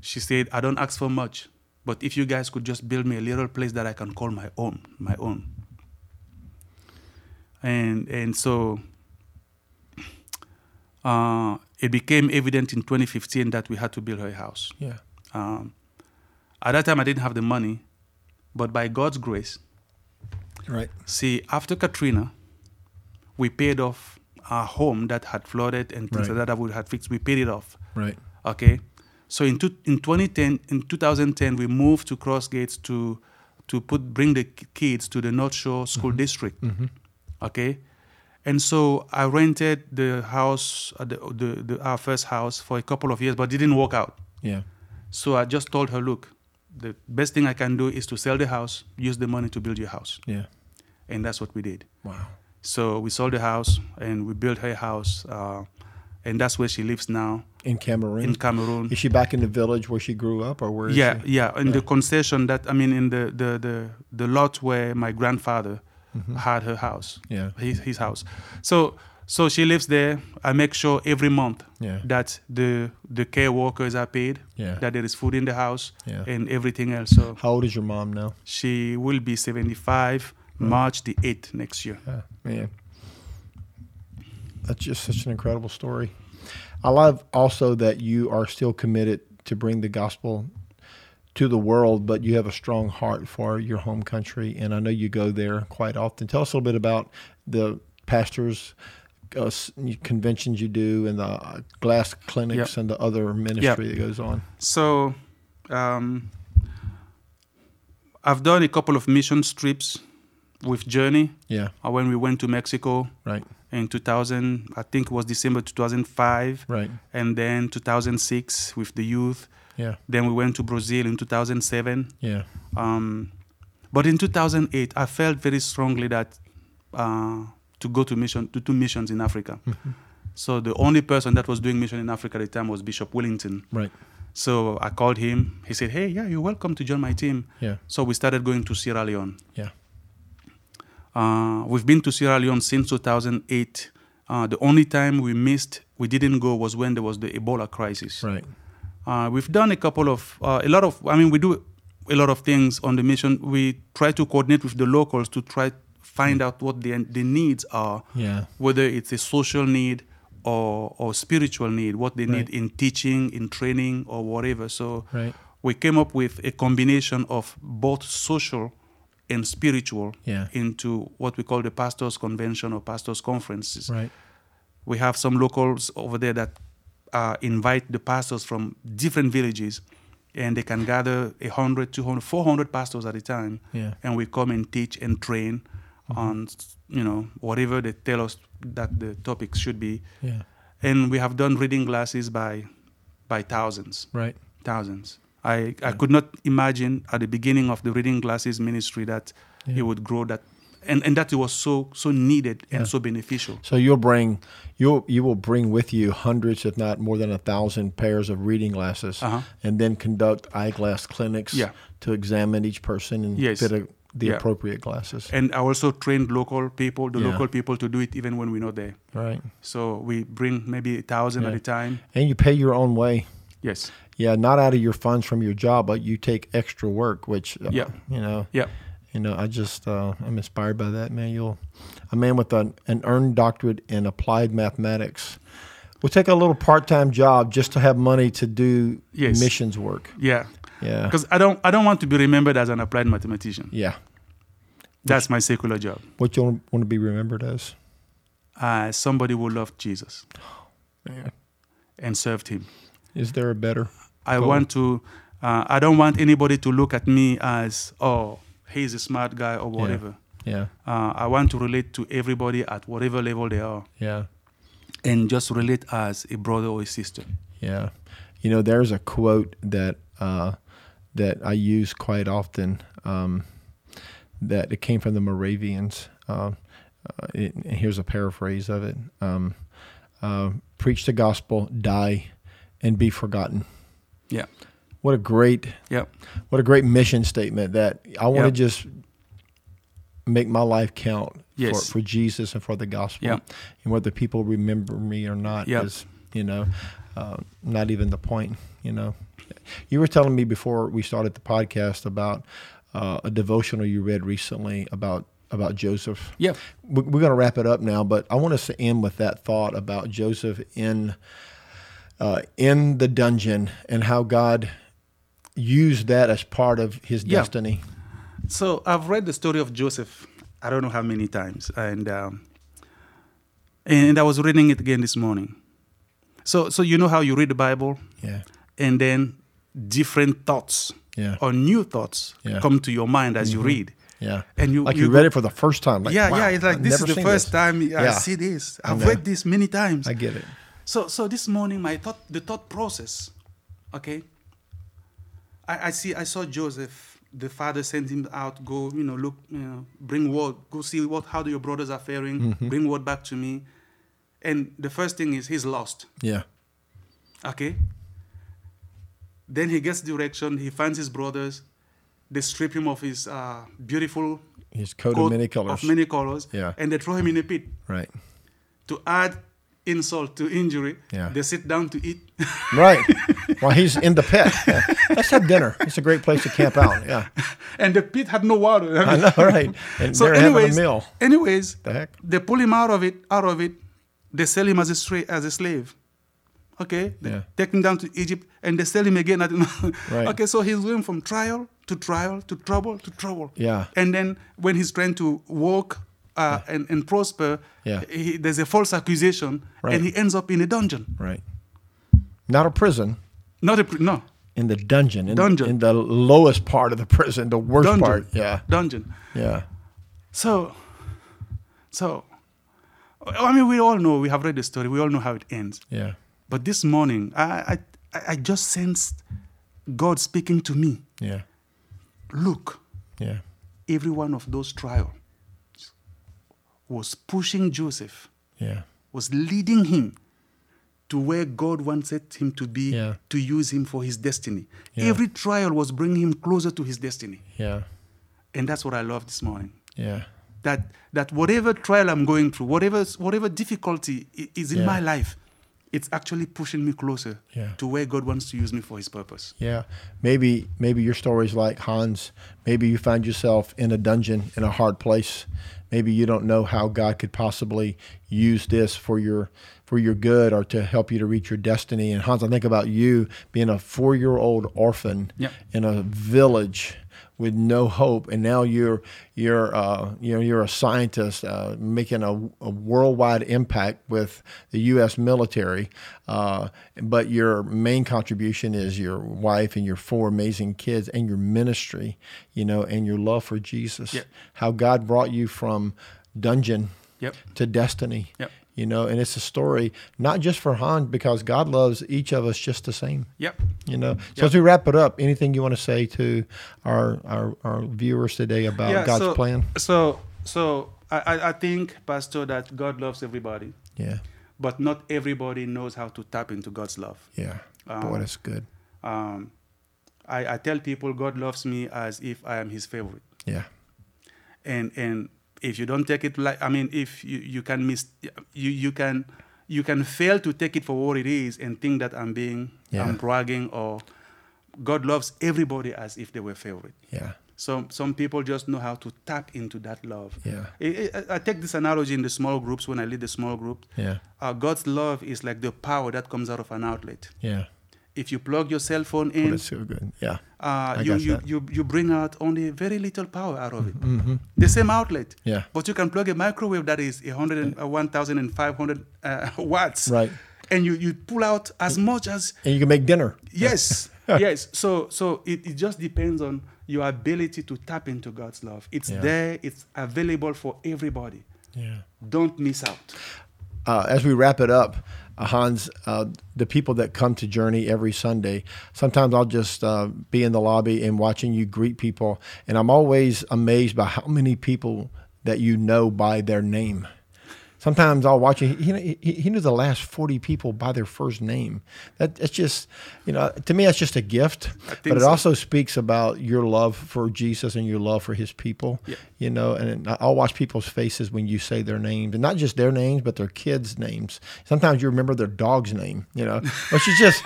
[SPEAKER 2] She said, "I don't ask for much, but if you guys could just build me a little place that I can call my own, my own." And and so uh, it became evident in 2015 that we had to build her a house.
[SPEAKER 1] Yeah.
[SPEAKER 2] Um, at that time, I didn't have the money, but by God's grace,
[SPEAKER 1] Right.
[SPEAKER 2] see, after Katrina, we paid off our home that had flooded and things
[SPEAKER 1] Right.
[SPEAKER 2] like that that we had fixed. We paid it off.
[SPEAKER 1] Right.
[SPEAKER 2] Okay, so in two, in 2010, in 2010, we moved to Cross Gates to to put bring the k- kids to the North Shore School District. Okay. And so I rented the house, uh, the, the, the, our first house, for a couple of years, but it didn't work out.
[SPEAKER 1] Yeah.
[SPEAKER 2] So I just told her, look, the best thing I can do is to sell the house, use the money to build your house.
[SPEAKER 1] Yeah.
[SPEAKER 2] And that's what we did.
[SPEAKER 1] Wow.
[SPEAKER 2] So we sold the house and we built her house. Uh, and that's where she lives now
[SPEAKER 1] In Cameroon.
[SPEAKER 2] in Cameroon.
[SPEAKER 1] is she back in the village where she grew up or where is
[SPEAKER 2] Yeah,
[SPEAKER 1] she?
[SPEAKER 2] yeah. In the concession that, I mean, in the, the, the, the lot where my grandfather
[SPEAKER 1] Mm-hmm.
[SPEAKER 2] had her house,
[SPEAKER 1] Yeah.
[SPEAKER 2] his, his house. So, so she lives there. I make sure every month
[SPEAKER 1] Yeah.
[SPEAKER 2] that the, the care workers are paid,
[SPEAKER 1] Yeah.
[SPEAKER 2] that there is food in the house
[SPEAKER 1] Yeah.
[SPEAKER 2] and everything else. So
[SPEAKER 1] How old is your mom now?
[SPEAKER 2] She will be 75 March the 8th next year.
[SPEAKER 1] Yeah. Man. That's just such an incredible story. I love also that you are still committed to bring the gospel to the world, but you have a strong heart for your home country. And I know you go there quite often. Tell us a little bit about the pastors. Uh, s- conventions you do and the uh, glass clinics and the other ministry that goes on.
[SPEAKER 2] So Um, I've done a couple of mission trips with Journey
[SPEAKER 1] Yeah.
[SPEAKER 2] uh, when we went to Mexico
[SPEAKER 1] Right.
[SPEAKER 2] in 2000. I think it was December 2005,
[SPEAKER 1] Right.
[SPEAKER 2] and then 2006 with the youth.
[SPEAKER 1] Yeah.
[SPEAKER 2] Then we went to Brazil in 2007.
[SPEAKER 1] Yeah.
[SPEAKER 2] Um, but in 2008, I felt very strongly that uh, to go to mission to do missions in Africa. so the only person that was doing mission in Africa at the time was Bishop Willington.
[SPEAKER 1] Right.
[SPEAKER 2] So I called him. He said, "Hey, yeah, you're welcome to join my team."
[SPEAKER 1] Yeah.
[SPEAKER 2] So we started going to Sierra Leone.
[SPEAKER 1] Yeah.
[SPEAKER 2] Uh, we've been to Sierra Leone since 2008. Uh, the only time we missed, we didn't go, was when there was the Ebola crisis.
[SPEAKER 1] Right.
[SPEAKER 2] Uh, we've done a couple of, uh, a lot of, I mean, we do a lot of things on the mission. We try to coordinate with the locals to try find out what the, the needs are,
[SPEAKER 1] Yeah.
[SPEAKER 2] whether it's a social need or, or spiritual need, what they
[SPEAKER 1] Right.
[SPEAKER 2] need in teaching, in training, or whatever. So
[SPEAKER 1] Right.
[SPEAKER 2] we came up with a combination of both social and spiritual
[SPEAKER 1] Yeah.
[SPEAKER 2] into what we call the pastors' convention or pastors' conferences.
[SPEAKER 1] Right.
[SPEAKER 2] We have some locals over there that uh, invite the pastors from different villages, and they can gather 100, 200, 400 pastors at a time,
[SPEAKER 1] Yeah. Mm-hmm.
[SPEAKER 2] and we come and teach and train on you know whatever they tell us that the topics should be.
[SPEAKER 1] Yeah.
[SPEAKER 2] And we have done reading glasses by by thousands
[SPEAKER 1] Right.
[SPEAKER 2] thousands. I, I could not imagine at the beginning of the reading glasses ministry that
[SPEAKER 1] Yeah.
[SPEAKER 2] it would grow that and, and that it was so so needed and
[SPEAKER 1] Yeah.
[SPEAKER 2] so beneficial.
[SPEAKER 1] So you'll bring you'll you will bring with you hundreds, if not more than a thousand pairs of reading glasses,
[SPEAKER 2] Uh-huh.
[SPEAKER 1] and then conduct eyeglass clinics
[SPEAKER 2] Yeah.
[SPEAKER 1] to examine each person and
[SPEAKER 2] Yes.
[SPEAKER 1] fit a, the
[SPEAKER 2] Yeah.
[SPEAKER 1] appropriate glasses.
[SPEAKER 2] And I also trained local people, the
[SPEAKER 1] Yeah.
[SPEAKER 2] local people to do it even when we're not there.
[SPEAKER 1] Right.
[SPEAKER 2] So we bring maybe a thousand at
[SPEAKER 1] Yeah.
[SPEAKER 2] a time.
[SPEAKER 1] And you pay your own way.
[SPEAKER 2] Yes.
[SPEAKER 1] Yeah, not out of your funds from your job, but you take extra work, which uh,
[SPEAKER 2] Yeah.
[SPEAKER 1] you know,
[SPEAKER 2] Yeah.
[SPEAKER 1] you know, I just uh, I'm inspired by that man. You'll a man with an, an earned doctorate in applied mathematics will take a little part time job just to have money to do
[SPEAKER 2] Yes.
[SPEAKER 1] missions work.
[SPEAKER 2] Yeah.
[SPEAKER 1] Yeah,
[SPEAKER 2] Because I don't I don't want to be remembered as an applied mathematician.
[SPEAKER 1] yeah.
[SPEAKER 2] That's my secular job.
[SPEAKER 1] What you want want to be remembered as?
[SPEAKER 2] Uh, somebody who loved Jesus
[SPEAKER 1] Man.
[SPEAKER 2] and served him.
[SPEAKER 1] Is there a better?
[SPEAKER 2] I
[SPEAKER 1] Cool.
[SPEAKER 2] want to. Uh, I don't want anybody to look at me as oh he's a smart guy or whatever.
[SPEAKER 1] Yeah,
[SPEAKER 2] Uh, I want to relate to everybody at whatever level they are,
[SPEAKER 1] yeah,
[SPEAKER 2] and just relate as a brother or a sister.
[SPEAKER 1] yeah. You know, there's a quote that uh, that I use quite often. Um, that it came from the Moravians. Um, uh, it, and here's a paraphrase of it: um, uh, "Preach the gospel, die, and be forgotten."
[SPEAKER 2] Yeah,
[SPEAKER 1] What a great
[SPEAKER 2] yeah,
[SPEAKER 1] what a great mission statement that I want to
[SPEAKER 2] Yeah.
[SPEAKER 1] just make my life count
[SPEAKER 2] Yes.
[SPEAKER 1] for, for Jesus and for the gospel.
[SPEAKER 2] Yeah.
[SPEAKER 1] And whether people remember me or not
[SPEAKER 2] Yeah.
[SPEAKER 1] is, you know, uh, not even the point, you know. You were telling me before we started the podcast about uh, a devotional you read recently about about Joseph.
[SPEAKER 2] yeah,
[SPEAKER 1] We- We're going to wrap it up now, but I want us to end with that thought about Joseph in uh, in the dungeon and how God used that as part of his
[SPEAKER 2] Yeah.
[SPEAKER 1] destiny.
[SPEAKER 2] So I've read the story of Joseph. I don't know how many times, and um, and I was reading it again this morning. So so you know how you read the Bible,
[SPEAKER 1] Yeah,
[SPEAKER 2] and then different thoughts
[SPEAKER 1] yeah,
[SPEAKER 2] or new thoughts
[SPEAKER 1] Yeah.
[SPEAKER 2] come to your mind as you read.
[SPEAKER 1] yeah.
[SPEAKER 2] And you,
[SPEAKER 1] like
[SPEAKER 2] you
[SPEAKER 1] you,
[SPEAKER 2] go-
[SPEAKER 1] read it for the first time. Like,
[SPEAKER 2] yeah,
[SPEAKER 1] wow,
[SPEAKER 2] yeah. It's like
[SPEAKER 1] I've
[SPEAKER 2] this is
[SPEAKER 1] never
[SPEAKER 2] the
[SPEAKER 1] seen
[SPEAKER 2] first
[SPEAKER 1] this.
[SPEAKER 2] time I
[SPEAKER 1] Yeah.
[SPEAKER 2] see this.
[SPEAKER 1] I
[SPEAKER 2] I've
[SPEAKER 1] know.
[SPEAKER 2] read this many times.
[SPEAKER 1] I get it.
[SPEAKER 2] so, so this morning, my thought, the thought process, okay. I, I see. I saw Joseph. The father sent him out. Go, you know, look, you know, bring word. Go see what how do your brothers are faring.
[SPEAKER 1] Mm-hmm.
[SPEAKER 2] Bring word back to me. And the first thing is he's lost.
[SPEAKER 1] Yeah,
[SPEAKER 2] Okay. Then he gets direction. He finds his brothers. They strip him of his uh, beautiful
[SPEAKER 1] his coat,
[SPEAKER 2] coat
[SPEAKER 1] of many colors.
[SPEAKER 2] Of many colors.
[SPEAKER 1] Yeah.
[SPEAKER 2] And they throw him in a pit
[SPEAKER 1] right,
[SPEAKER 2] to add insult to injury.
[SPEAKER 1] Yeah.
[SPEAKER 2] They sit down to eat. (laughs)
[SPEAKER 1] right. While he's in the pit, Yeah. let's have dinner. It's a great place to camp out. Yeah,
[SPEAKER 2] and the pit had no water.
[SPEAKER 1] I know. (laughs) Right, and
[SPEAKER 2] (laughs) So
[SPEAKER 1] they're
[SPEAKER 2] anyways,
[SPEAKER 1] having a meal.
[SPEAKER 2] anyways,
[SPEAKER 1] The heck?
[SPEAKER 2] they pull him out of it, out of it. They sell him as a stra- as a slave. Okay? They
[SPEAKER 1] Yeah.
[SPEAKER 2] take him down to Egypt and they sell him again. (laughs) At,
[SPEAKER 1] Right.
[SPEAKER 2] Okay, so he's going from trial to trial to trouble to trouble.
[SPEAKER 1] Yeah.
[SPEAKER 2] And then when he's trying to walk uh, and, and prosper,
[SPEAKER 1] Yeah.
[SPEAKER 2] he, there's a false accusation
[SPEAKER 1] Right.
[SPEAKER 2] and he ends up in a dungeon.
[SPEAKER 1] Right, not a prison.
[SPEAKER 2] Not a, pri- no.
[SPEAKER 1] in the dungeon, in,
[SPEAKER 2] Dungeon.
[SPEAKER 1] in the lowest part of the prison, the worst
[SPEAKER 2] dungeon.
[SPEAKER 1] part. Yeah,
[SPEAKER 2] Dungeon.
[SPEAKER 1] yeah,
[SPEAKER 2] So, so, I mean, we all know, we have read the story, we all know how it ends.
[SPEAKER 1] yeah.
[SPEAKER 2] But this morning, I, I, I just sensed God speaking to me.
[SPEAKER 1] Yeah.
[SPEAKER 2] Look,
[SPEAKER 1] Yeah.
[SPEAKER 2] every one of those trials was pushing Joseph,
[SPEAKER 1] Yeah.
[SPEAKER 2] was leading him to where God wanted him to be,
[SPEAKER 1] Yeah.
[SPEAKER 2] to use him for his destiny.
[SPEAKER 1] Yeah.
[SPEAKER 2] Every trial was bringing him closer to his destiny.
[SPEAKER 1] Yeah.
[SPEAKER 2] And that's what I love this morning.
[SPEAKER 1] Yeah.
[SPEAKER 2] that that whatever trial I'm going through, whatever whatever difficulty i- is in
[SPEAKER 1] Yeah.
[SPEAKER 2] my life, it's actually pushing me closer
[SPEAKER 1] Yeah.
[SPEAKER 2] to where God wants to use me for His purpose.
[SPEAKER 1] Yeah. Maybe maybe your story's like Hans. Maybe you find yourself in a dungeon in a hard place. Maybe you don't know how God could possibly use this for your for your good or to help you to reach your destiny. And Hans, I think about you being a four year old orphan
[SPEAKER 2] Yep.
[SPEAKER 1] in a village with no hope, and now you're you're uh, you know you're a scientist uh, making a, a worldwide impact with the U.S. military, uh, but your main contribution is your wife and your four amazing kids and your ministry, you know, and your love for Jesus.
[SPEAKER 2] Yep.
[SPEAKER 1] How God brought you from dungeon
[SPEAKER 2] Yep.
[SPEAKER 1] to destiny.
[SPEAKER 2] Yep.
[SPEAKER 1] You know, and it's a story not just for Han because God loves each of us just the same
[SPEAKER 2] Yep.
[SPEAKER 1] you know. So as we wrap it up, anything you want to say to our our, our viewers today about God's
[SPEAKER 2] so,
[SPEAKER 1] plan?
[SPEAKER 2] So so I, I- I think, Pastor, that God loves everybody,
[SPEAKER 1] Yeah,
[SPEAKER 2] but not everybody knows how to tap into God's love.
[SPEAKER 1] yeah. Boy,
[SPEAKER 2] Um,
[SPEAKER 1] that's good.
[SPEAKER 2] Um, I, I tell people God loves me as if I am His favorite.
[SPEAKER 1] Yeah,
[SPEAKER 2] and and if you don't take it like i mean if you, you can miss you you can you can fail to take it for what it is and think that i'm being
[SPEAKER 1] Yeah.
[SPEAKER 2] i'm bragging or god loves everybody as if they were favorite
[SPEAKER 1] yeah,
[SPEAKER 2] some some people just know how to tap into that love
[SPEAKER 1] Yeah.
[SPEAKER 2] I- I, I take this analogy in the small groups when i lead the small group
[SPEAKER 1] yeah,
[SPEAKER 2] uh, god's love is like the power that comes out of an outlet
[SPEAKER 1] yeah.
[SPEAKER 2] if you plug your cell phone
[SPEAKER 1] Boy,
[SPEAKER 2] in
[SPEAKER 1] that's so good. Yeah,
[SPEAKER 2] uh,
[SPEAKER 1] I
[SPEAKER 2] you,
[SPEAKER 1] got
[SPEAKER 2] you,
[SPEAKER 1] that. Mm-hmm.
[SPEAKER 2] you, you bring out only very little power out of it. The same outlet.
[SPEAKER 1] Yeah.
[SPEAKER 2] But you can plug a microwave that is a hundred and uh, 1,500 uh, (laughs) watts.
[SPEAKER 1] Right.
[SPEAKER 2] And you, you pull out as much as,
[SPEAKER 1] and you can make dinner. (laughs)
[SPEAKER 2] yes, yes. So, so it, it just depends on your ability to tap into God's love. It's
[SPEAKER 1] Yeah.
[SPEAKER 2] there, it's available for everybody.
[SPEAKER 1] Yeah.
[SPEAKER 2] Don't miss out.
[SPEAKER 1] uh, as we wrap it up, uh, Hans, uh, the people that come to Journey every Sunday, sometimes I'll just uh, be in the lobby and watching you greet people, and I'm always amazed by how many people that you know by their name. Sometimes I'll watch you. He, he, he knew the last forty people by their first name. That that's just, you know, to me that's just a gift. But it
[SPEAKER 2] so.
[SPEAKER 1] also speaks about your love for Jesus and your love for His people
[SPEAKER 2] Yeah.
[SPEAKER 1] you know and I- i'll watch people's faces when you say their names and not just their names but their kids names sometimes you remember their dog's name you
[SPEAKER 2] (laughs)
[SPEAKER 1] know which is just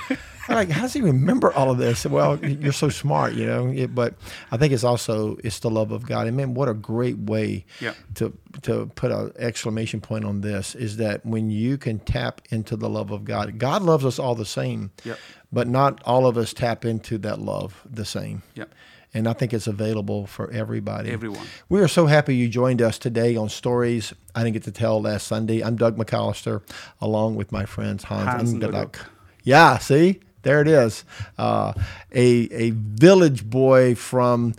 [SPEAKER 1] I'm like how does he remember all of this well you're so smart you know it, but i think it's also it's the love of god and man what a great way
[SPEAKER 2] Yeah.
[SPEAKER 1] to to put an exclamation point on this is that when you can tap into the love of god god loves us all the same
[SPEAKER 2] Yeah.
[SPEAKER 1] but not all of us tap into that love the same
[SPEAKER 2] Yeah.
[SPEAKER 1] and i think it's available for everybody
[SPEAKER 2] Everyone.
[SPEAKER 1] we are so happy you joined us today on Stories I Didn't Get to Tell Last Sunday. I'm Doug McAllister, along with my friends Hans,
[SPEAKER 2] Hans
[SPEAKER 1] and
[SPEAKER 2] Nudok.
[SPEAKER 1] Yeah, see? There it is. Uh, a, a village boy from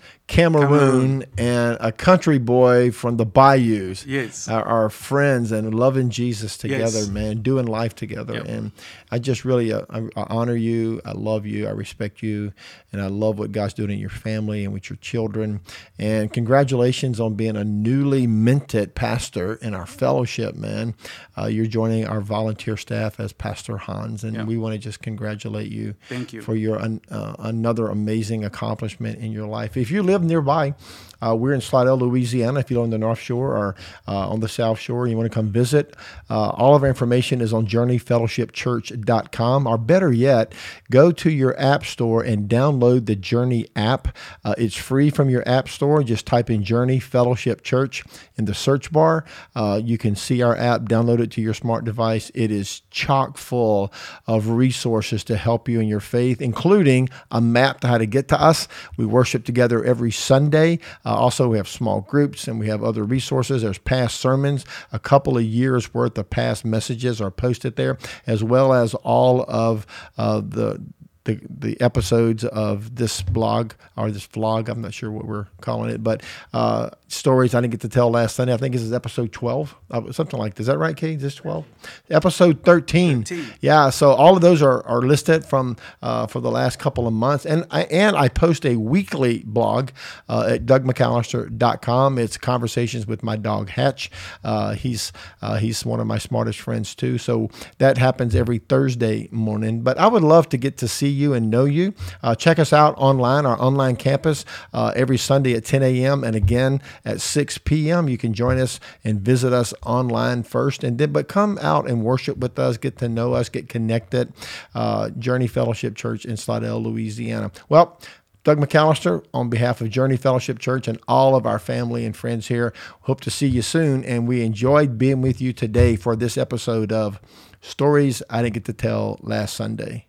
[SPEAKER 1] Cameroon, and a country boy from the bayous
[SPEAKER 2] Yes.
[SPEAKER 1] are, are friends and loving Jesus together,
[SPEAKER 2] Yes.
[SPEAKER 1] man, doing life together.
[SPEAKER 2] Yep.
[SPEAKER 1] And I just really uh, I, I honor you. I love you. I respect you. And I love what God's doing in your family and with your children. And congratulations on being a newly minted pastor in our fellowship, man. Uh, you're joining our volunteer staff as Pastor Hans. And
[SPEAKER 2] Yeah.
[SPEAKER 1] we want to just congratulate you
[SPEAKER 2] Thank you.
[SPEAKER 1] for your an, uh, another amazing accomplishment in your life. If you live nearby, uh, we're in Slidell, Louisiana. If you live on the North Shore or uh, on the South Shore, and you want to come visit. Uh, all of our information is on JourneyFellowshipChurch.com. Or better yet, go to your app store and download the Journey app. Uh, it's free from your app store. Just type in Journey Fellowship Church in the search bar. Uh, you can see our app. Download it to your smart device. It is chock full of resources to help you in your faith, including a map to how to get to us. We worship together every Sunday. Uh, also, we have small groups and we have other resources. There's past sermons, a couple of years worth of past messages are posted there, as well as all of uh, the the the episodes of this blog or this vlog. I'm not sure what we're calling it, but uh, stories I didn't get to tell last Sunday. I think this is episode 12, uh, something like. Is that right, Kate? Is this 12? Episode 13.
[SPEAKER 2] 13.
[SPEAKER 1] Yeah. So all of those are, are listed from uh, for the last couple of months, and I and I post a weekly blog uh, at dougmcallister.com. It's conversations with my dog Hatch. Uh, he's uh, he's one of my smartest friends too. So that happens every Thursday morning. But I would love to get to see you and know you. Uh, check us out online, our online campus, uh, every Sunday at 10 a.m. and again at 6 p.m. You can join us and visit us online first, and then but come out and worship with us, get to know us, get connected. Uh, Journey Fellowship Church in Slidell, Louisiana. Well. Doug McAllister, on behalf of Journey Fellowship Church and all of our family and friends here, hope to see you soon. And we enjoyed being with you today for this episode of Stories I Didn't Get to Tell Last Sunday.